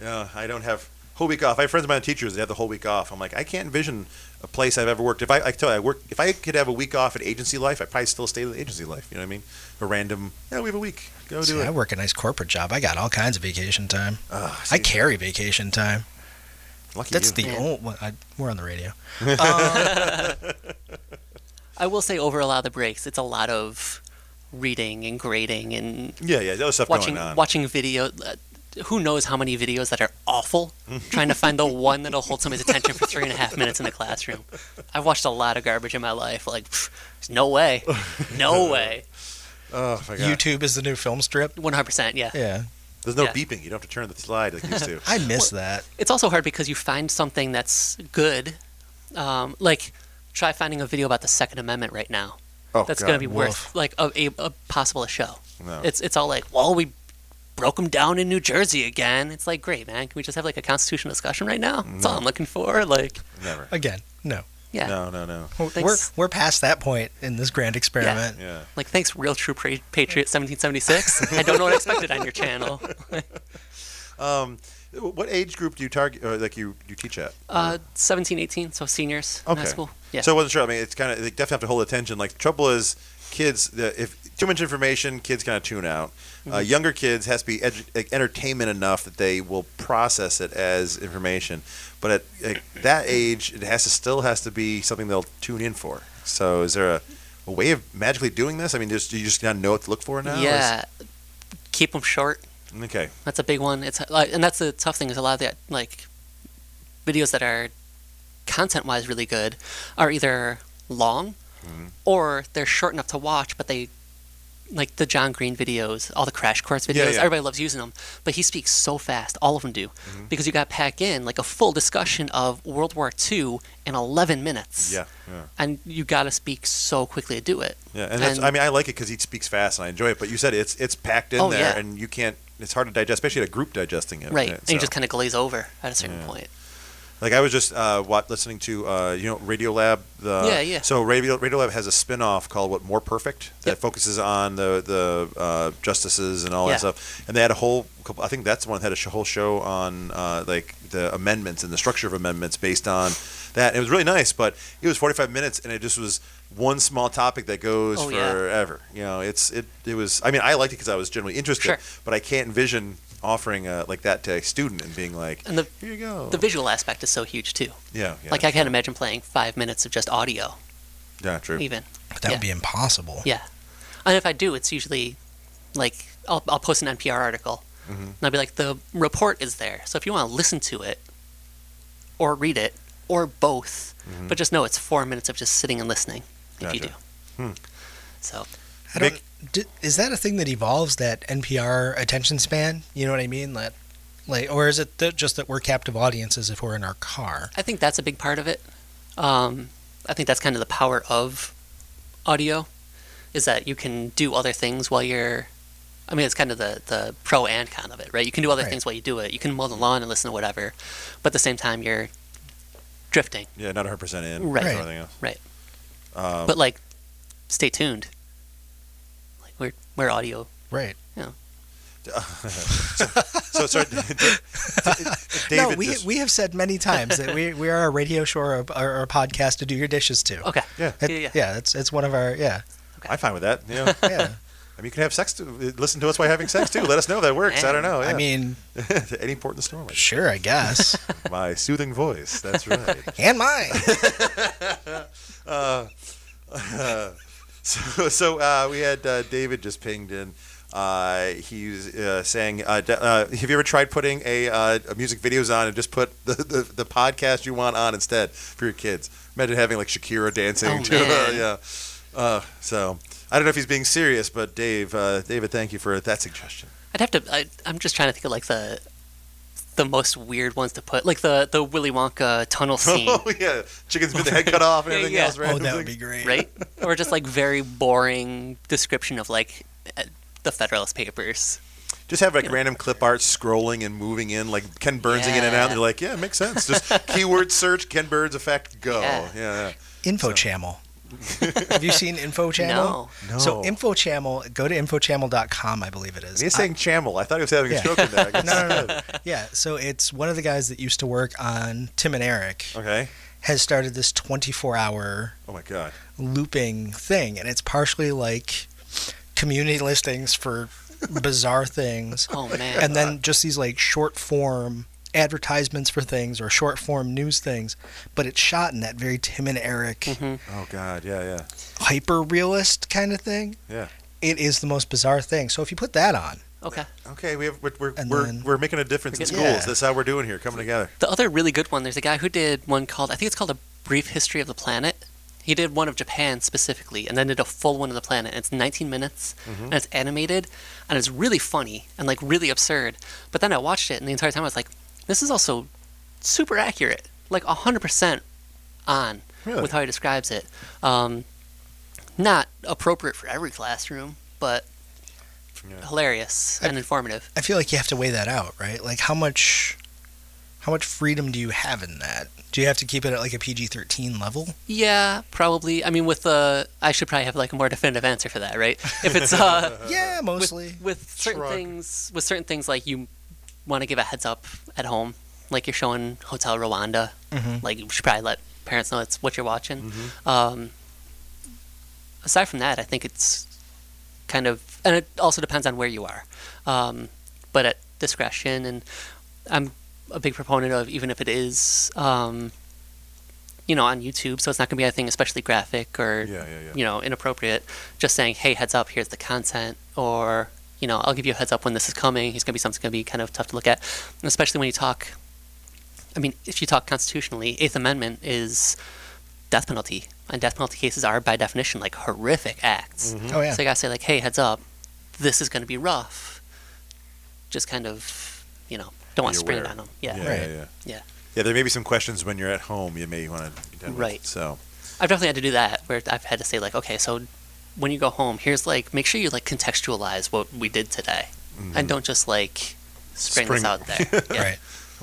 [SPEAKER 1] yeah, I don't have whole week off. I have friends of mine, teachers, they have the whole week off. I'm like, I can't envision a place I've ever worked. If I, I tell you, I work. If I could have a week off at agency life, I'd probably still stay in agency life. You know what I mean? A random. Yeah, we have a week. Go
[SPEAKER 2] See,
[SPEAKER 1] do
[SPEAKER 2] I
[SPEAKER 1] it.
[SPEAKER 2] work a nice corporate job. I got all kinds of vacation time.
[SPEAKER 1] Ugh,
[SPEAKER 2] I
[SPEAKER 1] see,
[SPEAKER 2] carry vacation time.
[SPEAKER 1] Lucky
[SPEAKER 2] That's
[SPEAKER 1] you.
[SPEAKER 2] the
[SPEAKER 3] Yeah.
[SPEAKER 2] only one. I, we're on the radio.
[SPEAKER 3] I will say over a lot of the breaks, it's a lot of reading and grading and
[SPEAKER 1] yeah, yeah. That was stuff
[SPEAKER 3] watching
[SPEAKER 1] going on.
[SPEAKER 3] watching video. Uh, who knows how many videos that are awful? trying to find the one that'll hold somebody's attention for three and a half minutes in the classroom. I've watched a lot of garbage in my life. Like, pff, there's no way, no way.
[SPEAKER 1] oh my god.
[SPEAKER 2] YouTube is the new film strip.
[SPEAKER 3] One hundred percent. Yeah.
[SPEAKER 2] Yeah.
[SPEAKER 1] There's no
[SPEAKER 3] yeah.
[SPEAKER 1] beeping. You don't have to turn the slide like you used to.
[SPEAKER 2] I miss that.
[SPEAKER 3] It's also hard because you find something that's good. Um, like, try finding a video about the Second Amendment right now.
[SPEAKER 1] Oh,
[SPEAKER 3] that's
[SPEAKER 1] God.
[SPEAKER 3] going to be
[SPEAKER 2] woof.
[SPEAKER 3] worth like a, a, a possible a show.
[SPEAKER 1] No.
[SPEAKER 3] It's it's all like, well, we broke them down in New Jersey again. It's like, great, man. Can we just have like a constitutional discussion right now? That's all I'm looking for. Like,
[SPEAKER 1] never.
[SPEAKER 2] Again, no.
[SPEAKER 3] yeah,
[SPEAKER 1] No, no, no.
[SPEAKER 2] We're, we're,
[SPEAKER 3] Thanks.
[SPEAKER 2] we're past that point in this grand experiment.
[SPEAKER 1] Yeah.
[SPEAKER 3] like thanks, real true pra- patriot 1776. I don't know what I expected on your channel.
[SPEAKER 1] Um, what age group do you target? Or like you you teach at?
[SPEAKER 3] Uh, 17, 18, so seniors in high school. Yeah,
[SPEAKER 1] So I wasn't sure. I mean, it's kind of they definitely have to hold attention. Like the trouble is, kids. The, if too much information, kids kind of tune out. Uh,
[SPEAKER 3] Mm-hmm.
[SPEAKER 1] younger kids has to be edu- like, entertainment enough that they will process it as information. But at, at that age, it has to still has to be something they'll tune in for. So is there a, a way of magically doing this? I mean, just, do you just kind of know what to look for now? or is-
[SPEAKER 3] yeah. Keep them short.
[SPEAKER 1] okay.
[SPEAKER 3] That's a big one. It's like, and that's the tough thing is a lot of the like videos that are content wise really good are either long
[SPEAKER 1] Mm-hmm.
[SPEAKER 3] or they're short enough to watch, but they like the John Green videos, all the Crash Course videos.
[SPEAKER 1] Yeah, yeah.
[SPEAKER 3] Everybody loves using them, but he speaks so fast. All of them do
[SPEAKER 1] Mm-hmm.
[SPEAKER 3] because you got to pack in like a full discussion of World War II in 11 minutes.
[SPEAKER 1] Yeah. Yeah.
[SPEAKER 3] and you got to speak so quickly to do it.
[SPEAKER 1] Yeah, and, that's,
[SPEAKER 3] And-
[SPEAKER 1] I mean, I like it because he speaks fast and I enjoy it. But you said it's it's packed in
[SPEAKER 3] Oh,
[SPEAKER 1] there,
[SPEAKER 3] yeah.
[SPEAKER 1] and you can't. It's hard to digest, especially at a group digesting it.
[SPEAKER 3] Right, and you
[SPEAKER 1] so.
[SPEAKER 3] just kind of glaze over at a certain
[SPEAKER 1] Yeah.
[SPEAKER 3] point.
[SPEAKER 1] Like I was just uh, wa listening to uh, you know Radio Lab. The,
[SPEAKER 3] Yeah, yeah.
[SPEAKER 1] So Radio Radio Lab has a spin-off called "What More Perfect" that
[SPEAKER 3] Yep.
[SPEAKER 1] focuses on the the uh, justices and all
[SPEAKER 3] Yeah.
[SPEAKER 1] that stuff. And they had a whole couple. I think that's the one that had a sh- whole show on uh, like the amendments and the structure of amendments based on that. It was really nice, but it was 45 minutes, and it just was one small topic that goes
[SPEAKER 3] Oh, yeah.
[SPEAKER 1] forever. You know, it's it it was. I mean, I liked it because I was generally interested,
[SPEAKER 3] Sure.
[SPEAKER 1] but I can't envision offering uh, like that to a student and being like,
[SPEAKER 3] And the
[SPEAKER 1] here you go.
[SPEAKER 3] the visual aspect is so huge too.
[SPEAKER 1] yeah, yeah.
[SPEAKER 3] Like I can't imagine playing five minutes of just audio,
[SPEAKER 1] yeah, true.
[SPEAKER 3] even.
[SPEAKER 2] But that
[SPEAKER 3] Yeah.
[SPEAKER 2] would be impossible.
[SPEAKER 3] Yeah, and if I do, it's usually like I'll, I'll post an NPR article,
[SPEAKER 1] Mm-hmm.
[SPEAKER 3] and I'll be like, the report is there. So if you want to listen to it, or read it, or both, but just know it's four minutes of just sitting and listening if you do.
[SPEAKER 1] Mm-hmm. Gotcha. Hmm.
[SPEAKER 3] So
[SPEAKER 2] I don't, di- is that a thing that evolves that NPR attention span? You know what I mean? That, like, or is it that just that we're captive audiences if we're in our car?
[SPEAKER 3] I think that's a big part of it. Um, I think that's kind of the power of audio, is that you can do other things while you're. I mean, it's kind of the, the pro and con of it, right? You can do other
[SPEAKER 2] Right.
[SPEAKER 3] things while you do it. You can mow the lawn and listen to whatever, but at the same time, you're drifting,
[SPEAKER 1] Yeah, not 100% in.
[SPEAKER 3] Right.
[SPEAKER 1] Right. Everything else.
[SPEAKER 3] right?
[SPEAKER 1] Um,
[SPEAKER 3] but like, stay tuned. Like we're we're audio.
[SPEAKER 2] Right.
[SPEAKER 1] so, sorry, D- D- David.
[SPEAKER 2] no, we,
[SPEAKER 1] just-
[SPEAKER 2] we have said many times that we, we are a radio show or a, or a podcast to do your dishes to.
[SPEAKER 3] Okay.
[SPEAKER 1] Oh. yeah,
[SPEAKER 2] It-
[SPEAKER 3] Yeah, yeah.
[SPEAKER 2] it's it's one of our yeah.
[SPEAKER 1] I'm fine with that. You know,
[SPEAKER 2] Yeah.
[SPEAKER 1] I mean, you can have sex. To, listen to us while having sex too. Let us know if that works. I don't know.
[SPEAKER 2] I
[SPEAKER 1] Oh, yeah.
[SPEAKER 2] mean,
[SPEAKER 1] any port in the storm. like,
[SPEAKER 2] sure, I guess.
[SPEAKER 1] My soothing voice. That's right.
[SPEAKER 2] and mine.
[SPEAKER 1] So, so uh, we had uh, David just pinged in. Uh, he's uh, saying, uh, d- uh, "Have you ever tried putting a, uh, a music videos on and just put the, the, the podcast you want on instead for your kids? Imagine having like Shakira dancing
[SPEAKER 3] Oh,
[SPEAKER 1] to
[SPEAKER 3] man.
[SPEAKER 1] yeah." Uh, so I don't know if he's being serious, but Dave, uh, David, thank you for that suggestion.
[SPEAKER 3] I'd have to. I, I'm just trying to think of like the the most weird ones to put, like the the Willy Wonka tunnel scene,
[SPEAKER 1] Oh yeah, chickens with the head cut off and everything
[SPEAKER 3] Yeah, yeah.
[SPEAKER 1] else, right?
[SPEAKER 2] Oh, that would be great.
[SPEAKER 3] right? or just like very boring description of like uh, the Federalist Papers.
[SPEAKER 1] Just have like random clip art scrolling and moving in, like Ken Burns in and out. And
[SPEAKER 3] Yeah.
[SPEAKER 1] you're like, yeah, it makes sense. Just keyword search, Ken Burns effect, go. Yeah.
[SPEAKER 3] Yeah.
[SPEAKER 1] yeah.
[SPEAKER 2] Info Channel. Have you seen Info Channel?
[SPEAKER 1] No.
[SPEAKER 2] So
[SPEAKER 1] No.
[SPEAKER 2] Info Channel, go to infochannel.com, I believe it is.
[SPEAKER 1] He's saying Chamel. I thought he was having a
[SPEAKER 2] Yeah.
[SPEAKER 1] stroke in there. I guess.
[SPEAKER 2] no, no, no. yeah, so it's one of the guys that used to work on Tim and Eric
[SPEAKER 1] Okay.
[SPEAKER 2] has started this 24-hour
[SPEAKER 1] Oh my god.
[SPEAKER 2] looping thing, and it's partially like community listings for bizarre things,
[SPEAKER 3] Oh man.
[SPEAKER 2] and then just these like short form advertisements for things or short form news things, but it's shot in that very Tim and Eric
[SPEAKER 1] Oh god. Yeah, yeah,
[SPEAKER 2] hyper realist kind of thing.
[SPEAKER 1] yeah.
[SPEAKER 2] It is the most bizarre thing. So if you put that on,
[SPEAKER 3] okay.
[SPEAKER 1] Okay, we have we're we're,
[SPEAKER 2] And
[SPEAKER 1] we're,
[SPEAKER 2] then-
[SPEAKER 1] we're making a difference in
[SPEAKER 3] We're
[SPEAKER 1] schools.
[SPEAKER 2] getting- Yeah.
[SPEAKER 1] That's how we're doing here, coming together.
[SPEAKER 3] The other really good one. There's a guy who did one called I think it's called a Brief History of the Planet. He did one of Japan specifically, and then did a full one of the planet. And it's 19 minutes,
[SPEAKER 2] Mm-hmm.
[SPEAKER 3] and it's animated, and it's really funny and like really absurd. But then I watched it, and the entire time I was like, "This is also super accurate, like 100% on
[SPEAKER 1] Really?
[SPEAKER 3] with how he describes it. Um, not appropriate for every classroom, but
[SPEAKER 1] Yeah.
[SPEAKER 3] hilarious and informative."
[SPEAKER 2] I feel like you have to weigh that out, right? Like how much how much freedom do you have in that? Do you have to keep it at like a PG-13 level?
[SPEAKER 3] Yeah, probably. I mean, with the I should probably have like a more definitive answer for that, right? If it's uh,
[SPEAKER 2] yeah, mostly.
[SPEAKER 3] with, with certain
[SPEAKER 1] Shrug.
[SPEAKER 3] things, with certain things like you want to give a heads up at home, like you're showing Hotel Rwanda,
[SPEAKER 2] Mm-hmm.
[SPEAKER 3] like you should probably let parents know it's what you're watching. Um, aside from that, I think it's kind of, and it also depends on where you are, um, but at discretion. And I'm a big proponent of even if it is, um, you know, on YouTube, so it's not going to be anything especially graphic or
[SPEAKER 1] Yeah, yeah, yeah.
[SPEAKER 3] you know inappropriate. Just saying, hey, heads up, here's the content, or you know, I'll give you a heads up when this is coming. Here's going to be something going to be kind of tough to look at, and especially when you talk. I mean, if you talk constitutionally, Eighth Amendment is death penalty, and death penalty cases are by definition like horrific acts.
[SPEAKER 1] Mm-hmm.
[SPEAKER 2] Oh yeah.
[SPEAKER 3] So I gotta say, like, hey, heads up, this is gonna be rough. Just kind of, you know, don't want
[SPEAKER 1] Be
[SPEAKER 3] to spring it
[SPEAKER 1] aware.
[SPEAKER 3] on them. Yeah.
[SPEAKER 1] yeah,
[SPEAKER 2] Right.
[SPEAKER 1] yeah, yeah.
[SPEAKER 3] Yeah.
[SPEAKER 1] Yeah, there may be some questions when you're at home. You may want to.
[SPEAKER 3] Right.
[SPEAKER 1] So.
[SPEAKER 3] I've definitely had to do that where I've had to say like, okay, so when you go home, here's like, make sure you like contextualize what we did today,
[SPEAKER 1] mm-hmm.
[SPEAKER 3] and don't just like spring,
[SPEAKER 1] Spring-
[SPEAKER 3] this out there. Yeah.
[SPEAKER 2] Right.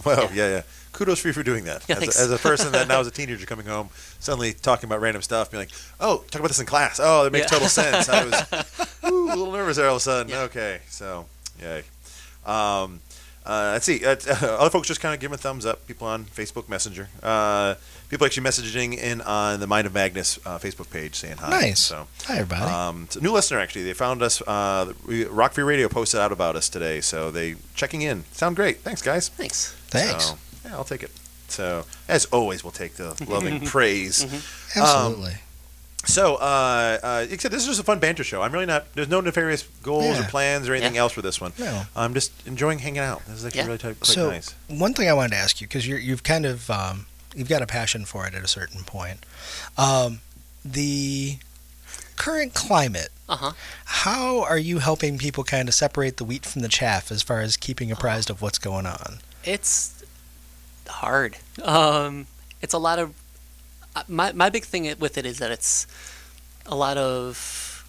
[SPEAKER 1] Well, yeah.
[SPEAKER 3] Yeah.
[SPEAKER 1] yeah, Kudos for you for doing that.
[SPEAKER 3] Yeah,
[SPEAKER 1] as,
[SPEAKER 3] thanks.
[SPEAKER 1] a, as a person that now is a teenager coming home, suddenly talking about random stuff, being like, "Oh, talk about this in class. Oh, that makes
[SPEAKER 3] Yeah.
[SPEAKER 1] total sense." I was ooh, a little nervous there all of a sudden.
[SPEAKER 3] Yeah.
[SPEAKER 1] Okay, so yay. Um, uh, let's see. Uh, other folks just kind of giving thumbs up. People on Facebook Messenger. Uh, people actually messaging in on the Mind of Magnus uh, Facebook page saying hi.
[SPEAKER 2] Nice.
[SPEAKER 1] So
[SPEAKER 2] Hi everybody.
[SPEAKER 1] um, it's a new listener actually. They found us. Uh, we, Rock Free Radio posted out about us today, so they checking in. Sound great. Thanks, guys.
[SPEAKER 3] Thanks. Uh,
[SPEAKER 2] Thanks.
[SPEAKER 1] So, yeah, I'll take it. So, as always, we'll take the loving praise.
[SPEAKER 2] Absolutely.
[SPEAKER 1] So, uh, uh, except this is just a fun banter show. I'm really not. There's no nefarious goals or
[SPEAKER 2] Yeah.
[SPEAKER 1] plans or anything
[SPEAKER 3] Yeah.
[SPEAKER 1] else for this one.
[SPEAKER 2] No.
[SPEAKER 1] I'm just enjoying hanging out. This is actually
[SPEAKER 3] Yeah.
[SPEAKER 1] really type, quite
[SPEAKER 2] so
[SPEAKER 1] nice.
[SPEAKER 2] one thing I wanted to ask you because you're you've kind of um, you've got a passion for it at a certain point. Um, the current climate.
[SPEAKER 3] Uh huh.
[SPEAKER 2] How are you helping people kind of separate the wheat from the chaff as far as keeping apprised of what's going on?
[SPEAKER 3] It's hard. Um, it's a lot of uh, my my big thing with it is that it's a lot of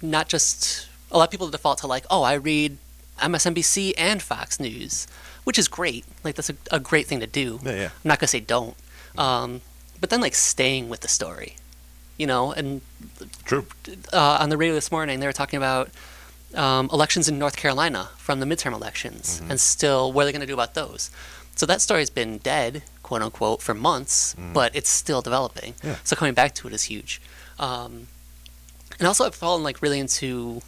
[SPEAKER 3] not just a lot of people default to like, oh, I read MSNBC and Fox News, which is great. Like that's a, a great thing to do.
[SPEAKER 1] Yeah, yeah.
[SPEAKER 3] I'm not gonna say don't, um, but then like staying with the story, you know. And
[SPEAKER 1] True.
[SPEAKER 3] uh, on the radio this morning, they were talking about um, elections in North Carolina from the midterm elections,
[SPEAKER 1] Mm-hmm.
[SPEAKER 3] and still what are they going to do about those? So that story's been dead, quote unquote, for months, but it's still developing.
[SPEAKER 1] Mm. Yeah.
[SPEAKER 3] So coming back to it is huge. Um, and also, I've fallen like really into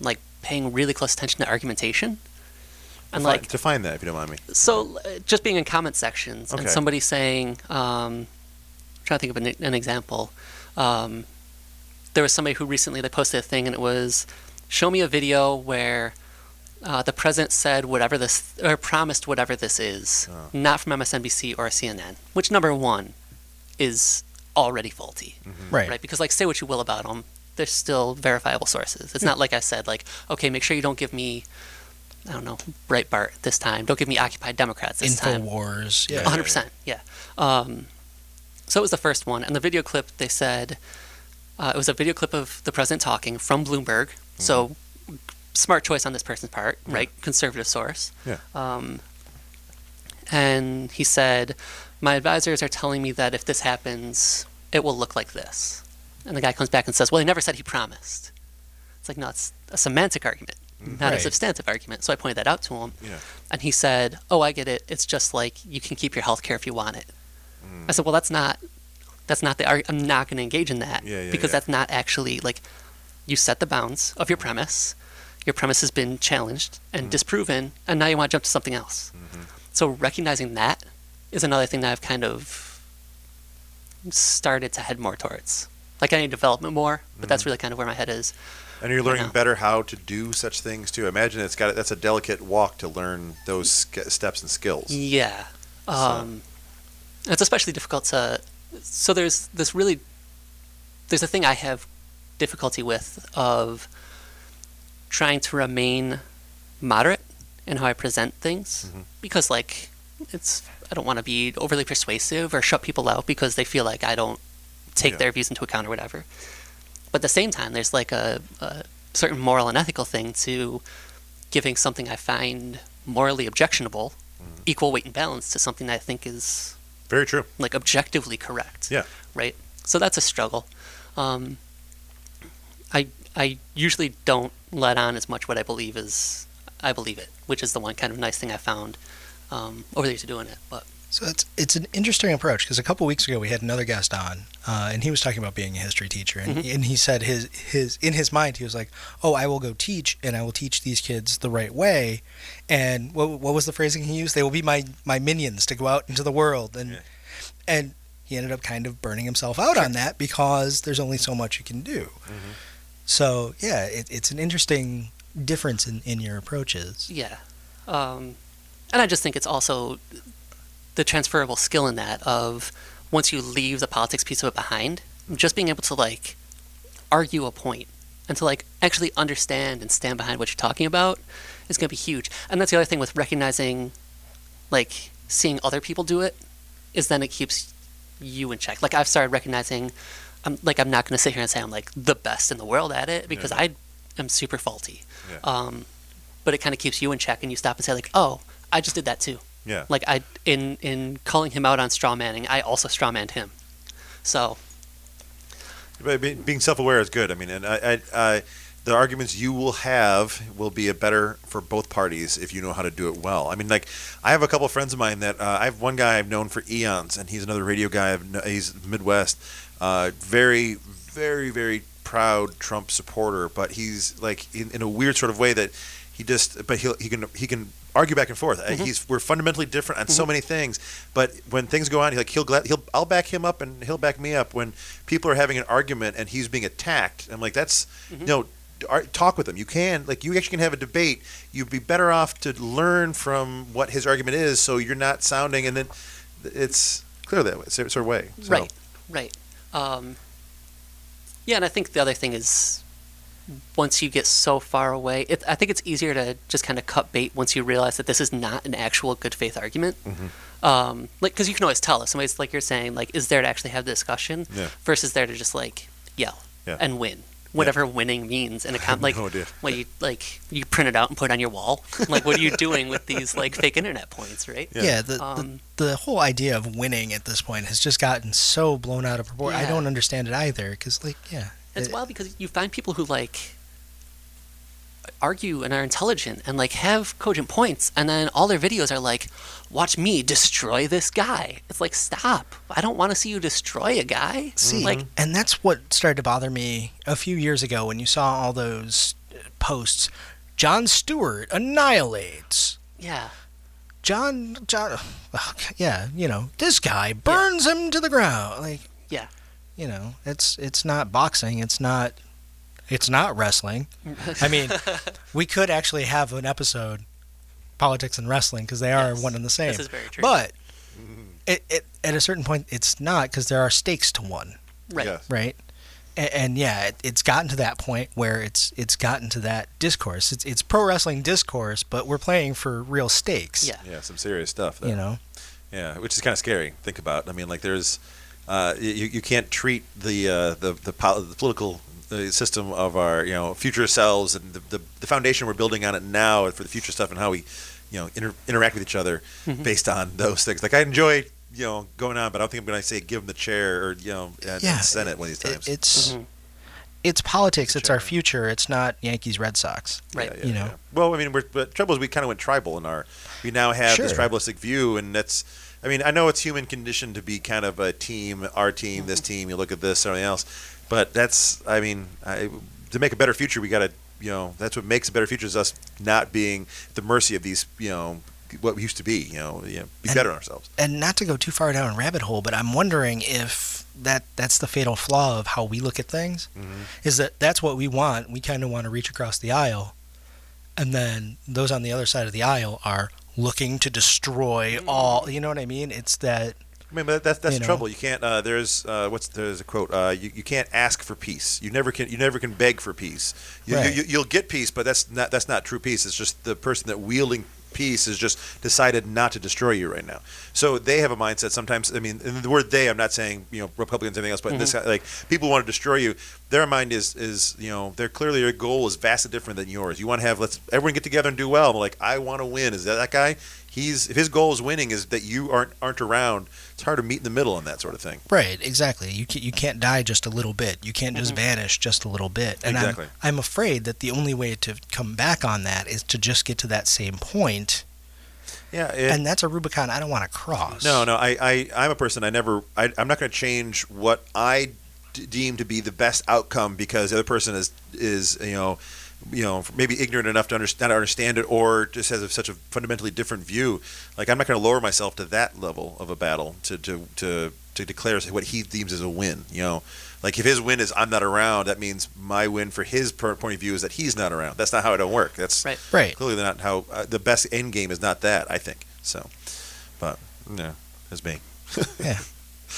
[SPEAKER 3] like paying really close attention to argumentation, and like
[SPEAKER 1] define that if you don't mind me.
[SPEAKER 3] so uh, just being in comment sections
[SPEAKER 1] Okay.
[SPEAKER 3] and somebody saying, um, I'm trying to think of an, an example. Um, there was somebody who recently they posted a thing and it was show me a video where uh, the president said whatever this or promised whatever this is,
[SPEAKER 1] Oh.
[SPEAKER 3] not from MSNBC or CNN. Which number one is already faulty,
[SPEAKER 2] Right.
[SPEAKER 3] Mm. right? Because like, say what you will about them, they're still verifiable sources. It's not like I said, like, okay, make sure you don't give me, I don't know, Breitbart this time. Don't give me Occupied Democrats this time.
[SPEAKER 2] Infowars.
[SPEAKER 1] Yeah.
[SPEAKER 2] Yeah.
[SPEAKER 3] A hundred percent. Yeah. Um, so it was the first one, and the video clip they said uh, it was a video clip of the president talking from Bloomberg. So smart choice on this person's part, right? Conservative source.
[SPEAKER 1] Yeah.
[SPEAKER 3] Um, and he said, "My advisors are telling me that if this happens, it will look like this." And the guy comes back and says, "Well, he never said he promised." It's like no, it's a semantic argument, not a
[SPEAKER 2] Right.
[SPEAKER 3] substantive argument. So I pointed that out to him.
[SPEAKER 1] Yeah.
[SPEAKER 3] And he said, "Oh, I get it. It's just like you can keep your health care if you want it." I said, "Well, that's not that's not the arg- I'm not going to engage in that
[SPEAKER 1] Yeah, yeah,
[SPEAKER 3] because
[SPEAKER 1] yeah.
[SPEAKER 3] that's not actually like you set the bounds of your premise. Your premise has been challenged and
[SPEAKER 1] Mm.
[SPEAKER 3] disproven, and now you want to jump to something else.
[SPEAKER 1] Mm-hmm.
[SPEAKER 3] So recognizing that is another thing that I've kind of started to head more towards. Like I need development more, but that's
[SPEAKER 1] Mm-hmm.
[SPEAKER 3] really kind of where my head is.
[SPEAKER 1] And you're learning
[SPEAKER 3] know.
[SPEAKER 1] better how to do such things too. I imagine it's got that's a delicate walk to learn those sk- steps and skills.
[SPEAKER 3] Yeah.
[SPEAKER 1] So-
[SPEAKER 3] Um, It's especially difficult to. So there's this really. There's a thing I have difficulty with of trying to remain moderate in how I present things
[SPEAKER 1] Mm-hmm.
[SPEAKER 3] because, like, it's. I don't want to be overly persuasive or shut people out because they feel like I don't take
[SPEAKER 1] Yeah.
[SPEAKER 3] their views into account or whatever. But at the same time, there's like a, a certain moral and ethical thing to giving something I find morally objectionable equal weight and balance to something that I think is
[SPEAKER 1] Very true.
[SPEAKER 3] like objectively correct.
[SPEAKER 1] Yeah.
[SPEAKER 3] Right. So that's a struggle. Um, I I usually don't let on as much what I believe as I believe it, which is the one kind of nice thing I found um, over the years of doing it. But
[SPEAKER 2] So it's it's an interesting approach because a couple weeks ago we had another guest on, uh, and he was talking about being a history teacher, and, and he said his his in his mind he was like, "Oh, I will go teach, and I will teach these kids the right way," and what what was the phrasing he used? They will be my my minions to go out into the world, and
[SPEAKER 1] Yeah.
[SPEAKER 2] and he ended up kind of burning himself out on that because there's only so much you can do. So yeah, it, it's an interesting difference in in your approaches.
[SPEAKER 3] yeah, um, and I just think it's also the transferable skill in that of once you leave the politics piece of it behind, just being able to like argue a point and to like actually understand and stand behind what you're talking about is going to be huge. And that's the other thing with recognizing, like seeing other people do it, is then it keeps you in check. Like I've started recognizing, I'm like I'm not going to sit here and say I'm like the best in the world at it because I am super faulty.
[SPEAKER 1] Yeah.
[SPEAKER 3] Um, but it kind of keeps you in check, and you stop and say like, oh, I just did that too
[SPEAKER 1] Yeah.
[SPEAKER 3] like I in in calling him out on straw manning, I also straw manned him. So
[SPEAKER 1] But be- being self-aware is good. I mean, and I, I, I, the arguments you will have will be a better for both parties if you know how to do it well. I mean, like I have a couple friends of mine that uh, I have one guy I've known for eons, and he's another radio guy. I've kn- he's Midwest, uh, very, very, very proud Trump supporter, but he's like in, in a weird sort of way that he just, but he he can he can argue back and forth. Uh, He's we're fundamentally different on so many things, but when things go on, he, like he'll glad, he'll I'll back him up and he'll back me up when people are having an argument and he's being attacked. I'm like, that's no. ar- Talk with him. You can like you actually can have a debate. You'd be better off to learn from what his argument is, so you're not sounding and then it's clear that way, sort of way. So,
[SPEAKER 3] right, right. Um, yeah, and I think the other thing is once you get so far away, it, I think it's easier to just kind of cut bait once you realize that this is not an actual good faith argument.
[SPEAKER 1] Mm-hmm.
[SPEAKER 3] Um, like, because you can always tell if somebody's like you're saying, like, is there to actually have the discussion
[SPEAKER 1] Yeah.
[SPEAKER 3] versus there to just like yell
[SPEAKER 1] Yeah.
[SPEAKER 3] and win. Whatever winning means in a com- like,
[SPEAKER 1] no idea.
[SPEAKER 3] well, you like you print it out and put it on your wall. like, what are you doing with these like fake internet points, right?
[SPEAKER 1] Yeah.
[SPEAKER 2] Yeah, the,
[SPEAKER 3] Um,
[SPEAKER 2] the the whole idea of winning at this point has just gotten so blown out of proportion. I
[SPEAKER 3] Yeah.
[SPEAKER 2] don't understand it either because, like, yeah, Uh,
[SPEAKER 3] It's
[SPEAKER 2] it-
[SPEAKER 3] wild because you find people who like argue and are intelligent and like have cogent points, and then all their videos are like, "Watch me destroy this guy." It's like, stop! I don't want to see you destroy a guy.
[SPEAKER 2] see,
[SPEAKER 3] like,
[SPEAKER 2] and that's what started to bother me a few years ago when you saw all those uh, posts. John Stewart annihilates
[SPEAKER 3] yeah,
[SPEAKER 2] John. John, ugh, yeah, you know, this guy burns him to the ground. Like,
[SPEAKER 3] yeah,
[SPEAKER 2] you know, it's it's not boxing. It's not. It's not wrestling. I mean, we could actually have an episode politics and wrestling because they are
[SPEAKER 3] Yes.
[SPEAKER 2] one and the same.
[SPEAKER 3] This is very true. Mm-hmm.
[SPEAKER 2] But it, it, at a certain point, it's not because there are stakes to one,
[SPEAKER 3] Right.
[SPEAKER 1] Yes.
[SPEAKER 2] right? And, and yeah, it, it's gotten to that point where it's it's gotten to that discourse. It's it's pro wrestling discourse, but we're playing for real stakes.
[SPEAKER 3] Yeah.
[SPEAKER 1] Yeah, some serious stuff. There.
[SPEAKER 2] you know.
[SPEAKER 1] Yeah, which is kind of scary. to Think about. I mean, like there's, uh, you you can't treat the uh, the the, pol- the political uh, system of our you know future selves and the, the the foundation we're building on it now for the future stuff and how we, you know, inter- interact with each other based on those things. Like I enjoy you know going on, but I don't think I'm going to say give them the chair or you know and,
[SPEAKER 2] Yeah,
[SPEAKER 1] Senate one of these
[SPEAKER 2] It-
[SPEAKER 1] times.
[SPEAKER 2] it's it's politics.
[SPEAKER 1] Future.
[SPEAKER 2] It's our future. It's not Yankees Red Sox.
[SPEAKER 3] Right.
[SPEAKER 2] you know.
[SPEAKER 1] Well, I mean, we're, but trouble is we kind of went tribal in our. We now have this
[SPEAKER 2] Sure.
[SPEAKER 1] tribalistic view, and that's. I mean, I know it's human condition to be kind of a team, our team, this
[SPEAKER 2] Mm-hmm.
[SPEAKER 1] team. You look at this, something else, but that's. I mean, I, to make a better future, we got to. You know, that's what makes a better future is us not being at the mercy of these. You know, what we used to be. You know, you know be
[SPEAKER 2] And-
[SPEAKER 1] better on ourselves.
[SPEAKER 2] And not to go too far down a rabbit hole, but I'm wondering if that that's the fatal flaw of how we look at things is that that's what we want. We kind of want to reach across the aisle, and then those on the other side of the aisle are looking to destroy all. You know what I mean? It's that
[SPEAKER 1] I mean, but that's that's
[SPEAKER 2] You
[SPEAKER 1] the
[SPEAKER 2] know?
[SPEAKER 1] trouble. You can't. Uh, there's uh, what's there's a quote. Uh, you, you can't ask for peace. You never can. You never can beg for peace. You,
[SPEAKER 2] Right.
[SPEAKER 1] you, you'll get peace, but that's not that's not true peace. It's just the person that wielding peace has just decided not to destroy you right now. So they have a mindset. Sometimes, I mean, and the word "they," I'm not saying you know Republicans or anything else, but this like people want to destroy you. Their mind is is you know they're clearly their goal is vastly different than yours. You want to have let's everyone get together and do well. Like I want to win. Is that that guy? He's if his goal is winning is that you aren't aren't around it's hard to meet in the middle on that sort of thing.
[SPEAKER 2] Right, exactly. You can't, you can't die just a little bit. You can't just vanish just a little bit.
[SPEAKER 1] Mm-hmm.
[SPEAKER 2] And
[SPEAKER 1] Exactly.
[SPEAKER 2] I'm, I'm afraid that the only way to come back on that is to just get to that same point,
[SPEAKER 1] Yeah.
[SPEAKER 2] and that's a Rubicon I don't want to cross.
[SPEAKER 1] no, no. I, I, I'm a person. I never. I, I'm not going to change what I d- deem to be the best outcome because the other person is is you know, you know, maybe ignorant enough to understand, not understand it, or just has a, such a fundamentally different view. Like I'm not going to lower myself to that level of a battle to to to to declare what he deems as a win. You know. Like if his win is I'm not around, that means my win for his per- point of view is that he's not around. That's not how it don't work. That's
[SPEAKER 3] Right.
[SPEAKER 2] Right.
[SPEAKER 1] clearly not how uh, the best end game is not that I think so but no that's me
[SPEAKER 2] Yeah.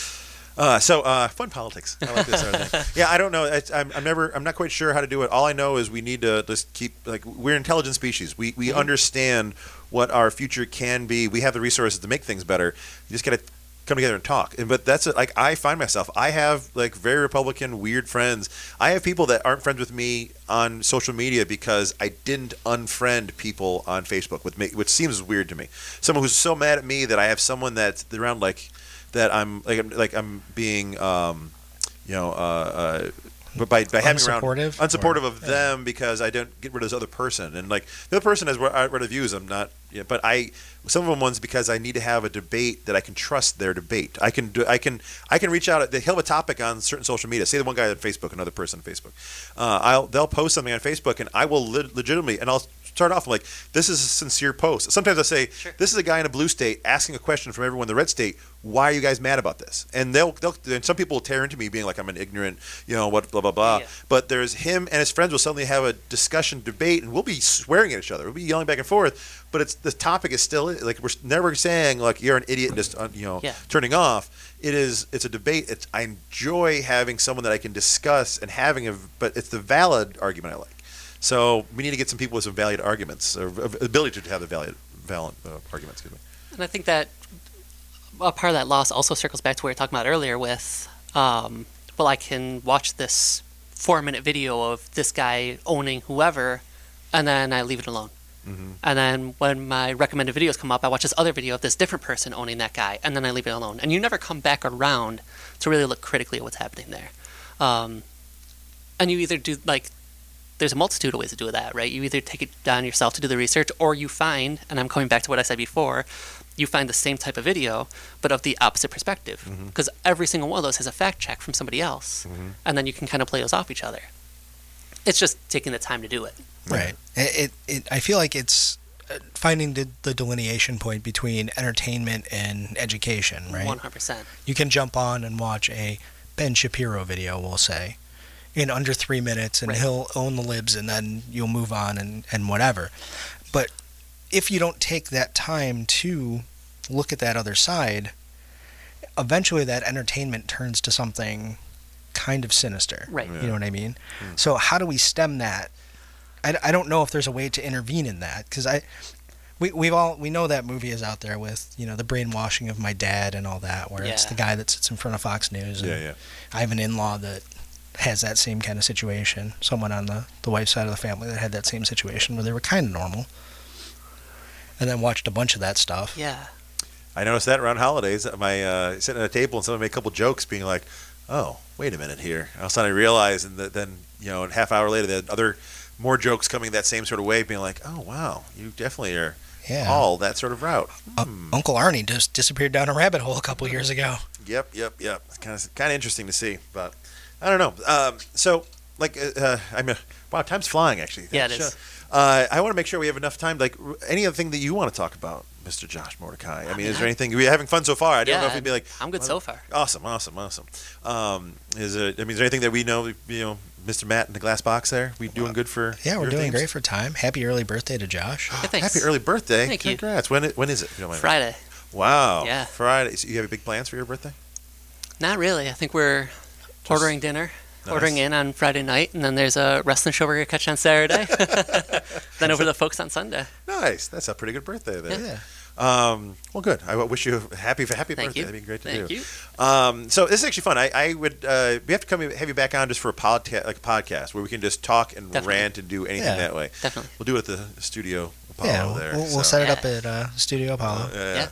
[SPEAKER 1] uh, so uh, fun politics I like this sort of thing. yeah I don't know it's, I'm, I'm never I'm not quite sure how to do it all I know is we need to just keep like we're intelligent species we, we
[SPEAKER 2] Mm-hmm.
[SPEAKER 1] understand what our future can be we have the resources to make things better you just gotta come together and talk and but that's it like I find myself I have like very Republican weird friends I have people that aren't friends with me on social media because I didn't unfriend people on Facebook, which, ma- which seems weird to me. Someone who's so mad at me that I have someone that's around like that I'm like I'm, like I'm being um, you know uh, uh, but by, by having around
[SPEAKER 2] Unsupportive?
[SPEAKER 1] unsupportive of
[SPEAKER 2] Yeah.
[SPEAKER 1] them because I don't get rid of this other person and like the other person has read of views I'm not yeah, but I some of them ones because I need to have a debate that I can trust their debate I can do I can I can reach out. They will have a topic on certain social media. Say the one guy on Facebook, another person on Facebook. Uh, I'll they'll post something on Facebook, and I will le- legitimately, and I'll start off like, "This is a sincere post." Sometimes I say,
[SPEAKER 3] Sure.
[SPEAKER 1] "This is a guy in a blue state asking a question from everyone in the red state. Why are you guys mad about this?" And they'll they'll and some people will tear into me being like, "I'm an ignorant," you know, what blah blah blah.
[SPEAKER 3] Yeah.
[SPEAKER 1] But there's him and his friends will suddenly have a discussion, debate, and we'll be swearing at each other. We'll be yelling back and forth. But it's the topic is still like we're never saying like you're an idiot and just uh, you know
[SPEAKER 3] Yeah.
[SPEAKER 1] turning off. It is it's a debate. It's I enjoy having someone that I can discuss and having a but it's the valid argument I like. So we need to get some people with some valid arguments or v- ability to have the valid valid uh, arguments. Excuse me.
[SPEAKER 3] And I think that a part of that loss also circles back to what we were talking about earlier with, um, well, I can watch this four minute video of this guy owning whoever, and then I leave it alone. And then when my recommended videos come up, I watch this other video of this different person owning that guy, and then I leave it alone. And you never come back around to really look critically at what's happening there. Um, and you either do, like, there's a multitude of ways to do that, right? You either take it down yourself to do the research, or you find, and I'm coming back to what I said before, you find the same type of video, but of the opposite perspective.
[SPEAKER 1] Mm-hmm.
[SPEAKER 3] Because every single one of those has a fact check from somebody else, and then you can kind of play those off each other. It's just taking the time to do it.
[SPEAKER 2] Right. It, it, it. I feel like it's uh, finding the, the delineation point between entertainment and education. Right.
[SPEAKER 3] 100%.
[SPEAKER 2] You can jump on and watch a Ben Shapiro video, we'll say, in under three minutes, and
[SPEAKER 3] Right.
[SPEAKER 2] he'll own the libs, and then you'll move on and and whatever. But if you don't take that time to look at that other side, eventually that entertainment turns to something kind of sinister.
[SPEAKER 3] Right.
[SPEAKER 2] You know what I mean?
[SPEAKER 1] Hmm.
[SPEAKER 2] So how do we stem that? I, I don't know if there's a way to intervene in that because I we we've all we know that movie is out there with you know the brainwashing of my dad and all that where it's
[SPEAKER 3] Yeah.
[SPEAKER 2] the guy that sits in front of Fox News. And
[SPEAKER 1] Yeah, yeah.
[SPEAKER 2] I have an in-law that has that same kind of situation. Someone on the the wife's side of the family that had that same situation where they were kind of normal, and then watched a bunch of that stuff.
[SPEAKER 3] Yeah.
[SPEAKER 1] I noticed that around holidays, my uh, sitting at a table and someone made a couple jokes, being like, "Oh, wait a minute here." All of a sudden, I realized, and th- then you know, a half hour later, they had other more jokes coming that same sort of way, being like, "Oh, wow, you definitely are
[SPEAKER 2] Yeah.
[SPEAKER 1] all that sort of route."
[SPEAKER 2] Uh, Uncle Arnie just disappeared down a rabbit hole a couple years ago.
[SPEAKER 1] Yep, yep, yep. It's kind of kind of interesting to see, but I don't know. Um, so, like, uh, uh, I mean, wow, time's flying actually.
[SPEAKER 3] Yeah, it
[SPEAKER 1] That's,
[SPEAKER 3] is.
[SPEAKER 1] uh, Uh, I want to make sure we have enough time. Like, r- any other thing that you want to talk about, Mr. Josh Mordecai? I mean, is there anything we're having fun so far? I don't know if
[SPEAKER 3] Yeah,
[SPEAKER 1] we'd be like,
[SPEAKER 3] I'm good
[SPEAKER 1] well,
[SPEAKER 3] so far.
[SPEAKER 1] Awesome, awesome, awesome. Um, is there? I mean, is there anything that we know? You know, Mr. Matt in the glass box there. We doing good for?
[SPEAKER 2] Uh, Yeah, we're
[SPEAKER 1] your
[SPEAKER 2] doing
[SPEAKER 1] themes?
[SPEAKER 2] great for time. Happy early birthday to Josh.
[SPEAKER 3] Yeah, thanks.
[SPEAKER 1] Happy early birthday!
[SPEAKER 3] Thank you.
[SPEAKER 1] Congrats. When? i- When is it? if you don't mind me
[SPEAKER 3] Friday.
[SPEAKER 1] asking? Wow.
[SPEAKER 3] Yeah.
[SPEAKER 1] Friday. So you have any big plans for your birthday?
[SPEAKER 3] Not really. I think we're ordering dinner,
[SPEAKER 1] Nice.
[SPEAKER 3] ordering in on Friday night, and then there's a wrestling show we're gonna catch on Saturday. then over to the folks on Sunday.
[SPEAKER 1] Nice. That's a pretty good birthday there.
[SPEAKER 2] Yeah.
[SPEAKER 1] Um, well, good. I wish you a happy happy
[SPEAKER 3] Thank
[SPEAKER 1] birthday.
[SPEAKER 3] you.
[SPEAKER 1] That'd be great to
[SPEAKER 3] Thank
[SPEAKER 1] do.
[SPEAKER 3] you.
[SPEAKER 1] Um, so this is actually fun. I, I would uh, we have to come have you back on just for a podcast like a podcast where we can just talk and
[SPEAKER 3] Definitely.
[SPEAKER 1] rant and do anything
[SPEAKER 2] Yeah.
[SPEAKER 1] that way.
[SPEAKER 3] Definitely.
[SPEAKER 1] We'll do it at the studio Apollo
[SPEAKER 2] yeah, we'll,
[SPEAKER 1] there.
[SPEAKER 2] we'll, we'll
[SPEAKER 1] so.
[SPEAKER 2] set it up at uh, Studio Apollo.
[SPEAKER 1] yeah.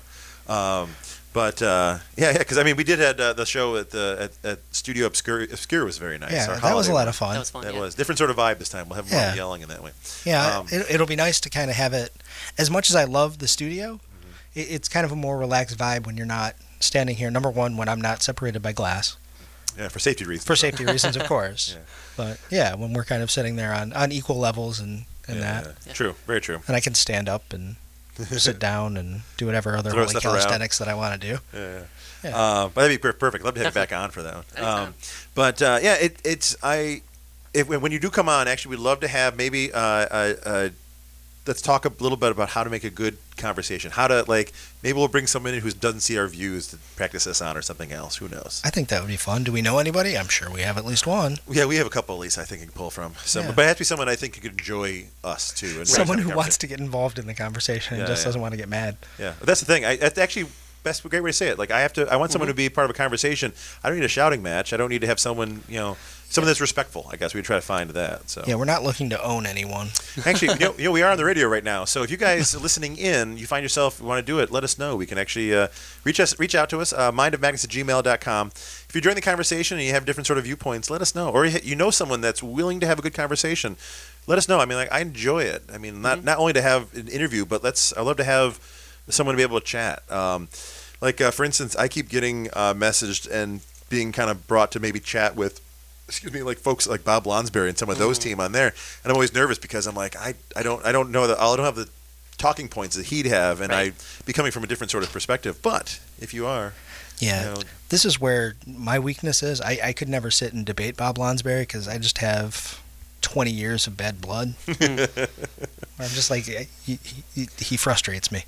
[SPEAKER 1] Um, but uh, yeah, yeah, because I mean, we did had uh, the show at the at, at Studio Obscure. Obscure was very nice.
[SPEAKER 2] yeah,
[SPEAKER 1] Our
[SPEAKER 2] that was a
[SPEAKER 1] holiday
[SPEAKER 2] lot
[SPEAKER 1] one.
[SPEAKER 2] of fun.
[SPEAKER 3] That was fun.
[SPEAKER 1] That
[SPEAKER 3] yeah.
[SPEAKER 1] was different sort of vibe this time. We'll have more
[SPEAKER 2] Yeah.
[SPEAKER 1] yelling in that way.
[SPEAKER 2] Yeah,
[SPEAKER 1] Um,
[SPEAKER 2] it, it'll be nice to kind of have it. As much as I love the studio,
[SPEAKER 1] Mm-hmm.
[SPEAKER 2] it, it's kind of a more relaxed vibe when you're not standing here. Number one, when I'm not separated by glass
[SPEAKER 1] Yeah, for safety reasons.
[SPEAKER 2] for safety reasons, of course.
[SPEAKER 1] Yeah.
[SPEAKER 2] But yeah, when we're kind of sitting there on, on equal levels and, and
[SPEAKER 1] Yeah,
[SPEAKER 2] that,
[SPEAKER 1] yeah. True. Very true.
[SPEAKER 2] and I can stand up and sit down and do whatever other
[SPEAKER 1] Throw
[SPEAKER 2] holy
[SPEAKER 1] stuff around.
[SPEAKER 2] calisthenics that I want to do.
[SPEAKER 1] yeah. yeah.
[SPEAKER 2] Yeah.
[SPEAKER 1] Uh, but that'd be per- perfect. Love to have you back on for that one. Um,
[SPEAKER 3] Anytime.
[SPEAKER 1] but uh, yeah, it, it's I if, when you do come on, actually, we'd love to have maybe uh, uh, uh, let's talk a little bit about how to make a good conversation. How to like maybe we'll bring someone in who doesn't see our views to practice us on or something else. Who knows?
[SPEAKER 2] I think that would be fun. Do we know anybody? I'm sure we have at least one.
[SPEAKER 1] Yeah, we have a couple at least I think you can pull from. Some,
[SPEAKER 2] Yeah.
[SPEAKER 1] but it has to be someone I think who could enjoy us too. and
[SPEAKER 2] Someone
[SPEAKER 1] have a
[SPEAKER 2] who
[SPEAKER 1] conversation.
[SPEAKER 2] wants to get involved in the conversation
[SPEAKER 1] Yeah,
[SPEAKER 2] and just
[SPEAKER 1] yeah.
[SPEAKER 2] doesn't want to get mad.
[SPEAKER 1] Yeah, but that's the thing. I, that's actually best great way to say it. Like I have to, I want someone to be part of a conversation. I don't need a shouting match. I don't need to have someone, you know, someone that's respectful. I guess we try to find that. So
[SPEAKER 2] Yeah, we're not looking to own anyone.
[SPEAKER 1] actually, you know, you know, we are on the radio right now. So if you guys are listening in, you find yourself you want to do it, let us know. We can actually uh, reach us, reach out to us, uh, mindofmagnets at gmail.com. If you join the conversation and you have different sort of viewpoints, let us know. Or you you know someone that's willing to have a good conversation, let us know. I mean, like I enjoy it. I mean, not not only to have an interview, but let's. I love to have someone to be able to chat. Um, like uh, for instance, I keep getting uh, messaged and being kind of brought to maybe chat with excuse me, like folks like Bob Lonsberry and some of those team on there. And I'm always nervous because I'm like, I, I don't I don't know that I don't have the talking points that he'd have, and
[SPEAKER 3] Right.
[SPEAKER 1] I be coming from a different sort of perspective. But if you are,
[SPEAKER 2] Yeah.
[SPEAKER 1] you know,
[SPEAKER 2] this is where my weakness is. I, I could never sit and debate Bob Lonsberry because I just have 20 years of bad blood. I'm just like, eh, he, he, he frustrates me.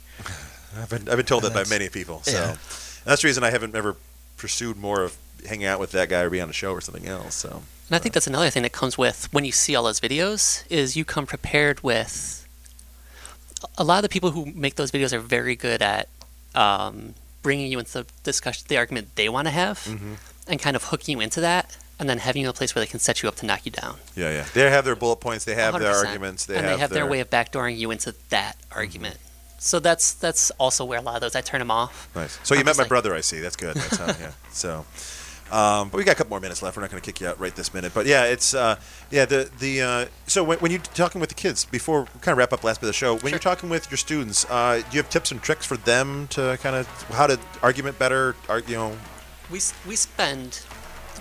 [SPEAKER 1] I've been I've been told
[SPEAKER 2] And
[SPEAKER 1] that by
[SPEAKER 2] that's-
[SPEAKER 1] many people. So
[SPEAKER 2] yeah.
[SPEAKER 1] And that's the reason I haven't ever pursued more of hanging out with that guy or be on a show or something else. So
[SPEAKER 3] And I think that's another thing that comes with when you see all those videos is you come prepared with. A lot of the people who make those videos are very good at um, bringing you into the discussion, the argument they want to have,
[SPEAKER 1] Mm-hmm.
[SPEAKER 3] and kind of hooking you into that, and then having you in a place where they can set you up to knock you down.
[SPEAKER 1] yeah, yeah, they have their bullet points, they have their
[SPEAKER 3] 100%.
[SPEAKER 1] arguments, they
[SPEAKER 3] and
[SPEAKER 1] have, Mm-hmm.
[SPEAKER 3] they have their, way of backdooring you into that argument. So that's that's also where a lot of those I turn them off.
[SPEAKER 1] Nice. So you
[SPEAKER 3] I'm
[SPEAKER 1] met
[SPEAKER 3] just
[SPEAKER 1] my
[SPEAKER 3] like-
[SPEAKER 1] brother, I see. That's good. That's how, yeah. So, um, but we got a couple more minutes left. We're not going to kick you out right this minute. But yeah, it's uh, yeah the the uh, so when, when you're talking with the kids before we kind of wrap up last bit of the show, when you're talking with your students, uh, do you have tips and tricks for them to kind of how to argument better? Ar- you know,
[SPEAKER 3] We s- we spend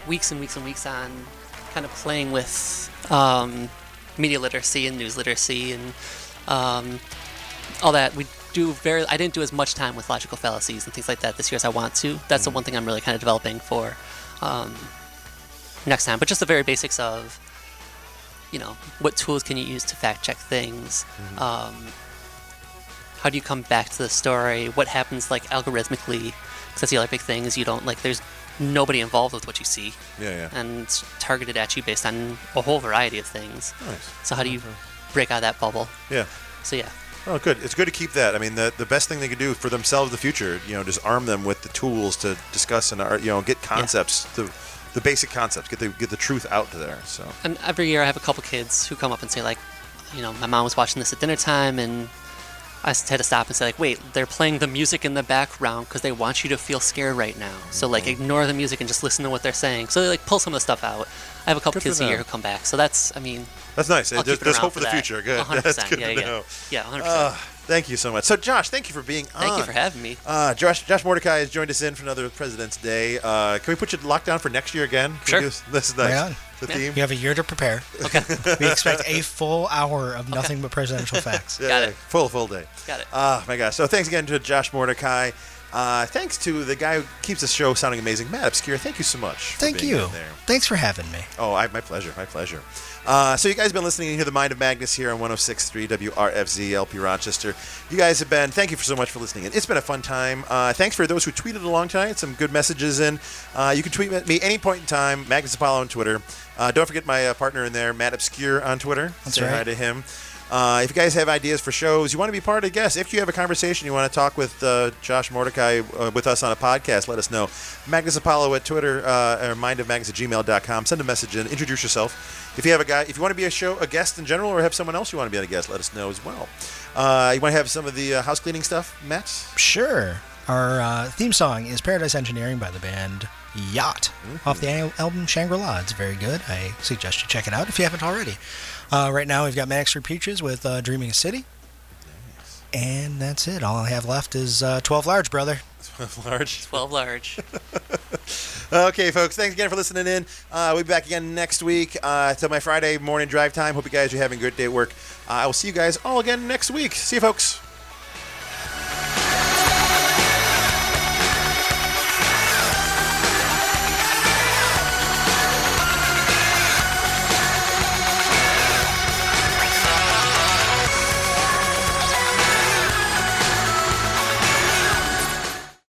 [SPEAKER 3] weeks and weeks and weeks on kind of playing with um, media literacy and news literacy and um, all that. We do very. I didn't do as much time with logical fallacies and things like that this year as I want to. That's the one thing I'm really kind of developing for. Um, next time, but just the very basics of, you know, what tools can you use to fact check things? Um, how do you come back to the story? What happens like algorithmically? Because that's the other big thing is you don't like there's nobody involved with what you see,
[SPEAKER 1] Yeah, yeah.
[SPEAKER 3] and it's targeted at you based on a whole variety of things.
[SPEAKER 1] Nice.
[SPEAKER 3] So how do you
[SPEAKER 1] Mm-hmm.
[SPEAKER 3] break out of that bubble?
[SPEAKER 1] Yeah.
[SPEAKER 3] So yeah,
[SPEAKER 1] Oh, good. It's good to keep that. I mean, the, the best thing they could do for themselves in the future, you know, just arm them with the tools to discuss and, ar- you know, get concepts, the, the basic concepts, get the, get the truth out to there. So,
[SPEAKER 3] and every year I have a couple kids who come up and say like, you know, my mom was watching this at dinner time and I s- had to stop and say like, wait, they're playing the music in the background because they want you to feel scared right now. So like,
[SPEAKER 1] Mm-hmm.
[SPEAKER 3] ignore the music and just listen to what they're saying. So they like pull some of the stuff out. I have a couple
[SPEAKER 1] Good for
[SPEAKER 3] kids a year
[SPEAKER 1] them.
[SPEAKER 3] who come back. So that's, I mean,
[SPEAKER 1] that's nice.
[SPEAKER 3] I'll
[SPEAKER 1] there's
[SPEAKER 3] keep it
[SPEAKER 1] there's
[SPEAKER 3] around
[SPEAKER 1] hope for the
[SPEAKER 3] that.
[SPEAKER 1] future. Good.
[SPEAKER 3] 100%.
[SPEAKER 1] That's good
[SPEAKER 3] yeah,
[SPEAKER 1] to
[SPEAKER 3] yeah.
[SPEAKER 1] know. Uh-huh.
[SPEAKER 3] Yeah, 100%.
[SPEAKER 1] Uh, thank you so much. So, Josh, thank you for being on.
[SPEAKER 3] Thank you for having me.
[SPEAKER 1] Uh, Josh, Josh Mordecai has joined us in for another President's Day. Uh, can we put you locked down for next year again? Can we
[SPEAKER 3] Sure.
[SPEAKER 1] do This, this is nice.
[SPEAKER 2] Right on.
[SPEAKER 1] The
[SPEAKER 3] Yeah.
[SPEAKER 1] theme.
[SPEAKER 2] You have a year to prepare.
[SPEAKER 3] Okay.
[SPEAKER 2] We expect a full hour of nothing but presidential facts.
[SPEAKER 1] Yeah,
[SPEAKER 3] Got
[SPEAKER 1] yeah,
[SPEAKER 3] it.
[SPEAKER 1] Full full day.
[SPEAKER 3] Got it.
[SPEAKER 1] Ah, my gosh. So thanks again to Josh Mordecai. Uh, thanks to the guy who keeps the show sounding amazing, Matt Obscure. Thank you so much. for
[SPEAKER 2] Thank
[SPEAKER 1] being
[SPEAKER 2] you.
[SPEAKER 1] in There.
[SPEAKER 2] Thanks for having me.
[SPEAKER 1] Oh, I, my pleasure. My pleasure. Uh, so, you guys have been listening to The Mind of Magnus here on 106.3 WRFZ LP Rochester. You guys have been, thank you for so much for listening. And it's been a fun time. Uh, thanks for those who tweeted along tonight. Some good messages in. Uh, you can tweet at me any point in time, Magnus Apollo on Twitter. Uh, don't forget my uh, partner in there, Matt Obscure on Twitter. Say hi
[SPEAKER 2] right.
[SPEAKER 1] to him. Uh, if you guys have ideas for shows, you want to be part of the guest. If you have a conversation you want to talk with uh, Josh Mordecai uh, with us on a podcast, let us know. Magnus Apollo at Twitter uh, or mindofmagnus at gmail.com. Send a message in. Introduce yourself. If you have a guy, if you want to be a show, a guest in general, or have someone else you want to be on a guest, let us know as well. Uh, you want to have some of the uh, house cleaning stuff, Matt?
[SPEAKER 2] Sure. Our uh, theme song is Paradise Engineering by the band Yacht off the al- album Shangri La. It's very good. I suggest you check it out if you haven't already. Uh, right now, we've got Manic Street Peaches with uh, Dreaming a City. And that's it. All I have left is uh, 12 Large, brother.
[SPEAKER 1] Large.
[SPEAKER 3] 12 large.
[SPEAKER 1] Okay, folks, thanks again for listening in. Uh, we'll be back again next week uh, to my Friday morning drive time. Hope you guys are having a good day at work. Uh, I will see you guys all again next week. See you, folks.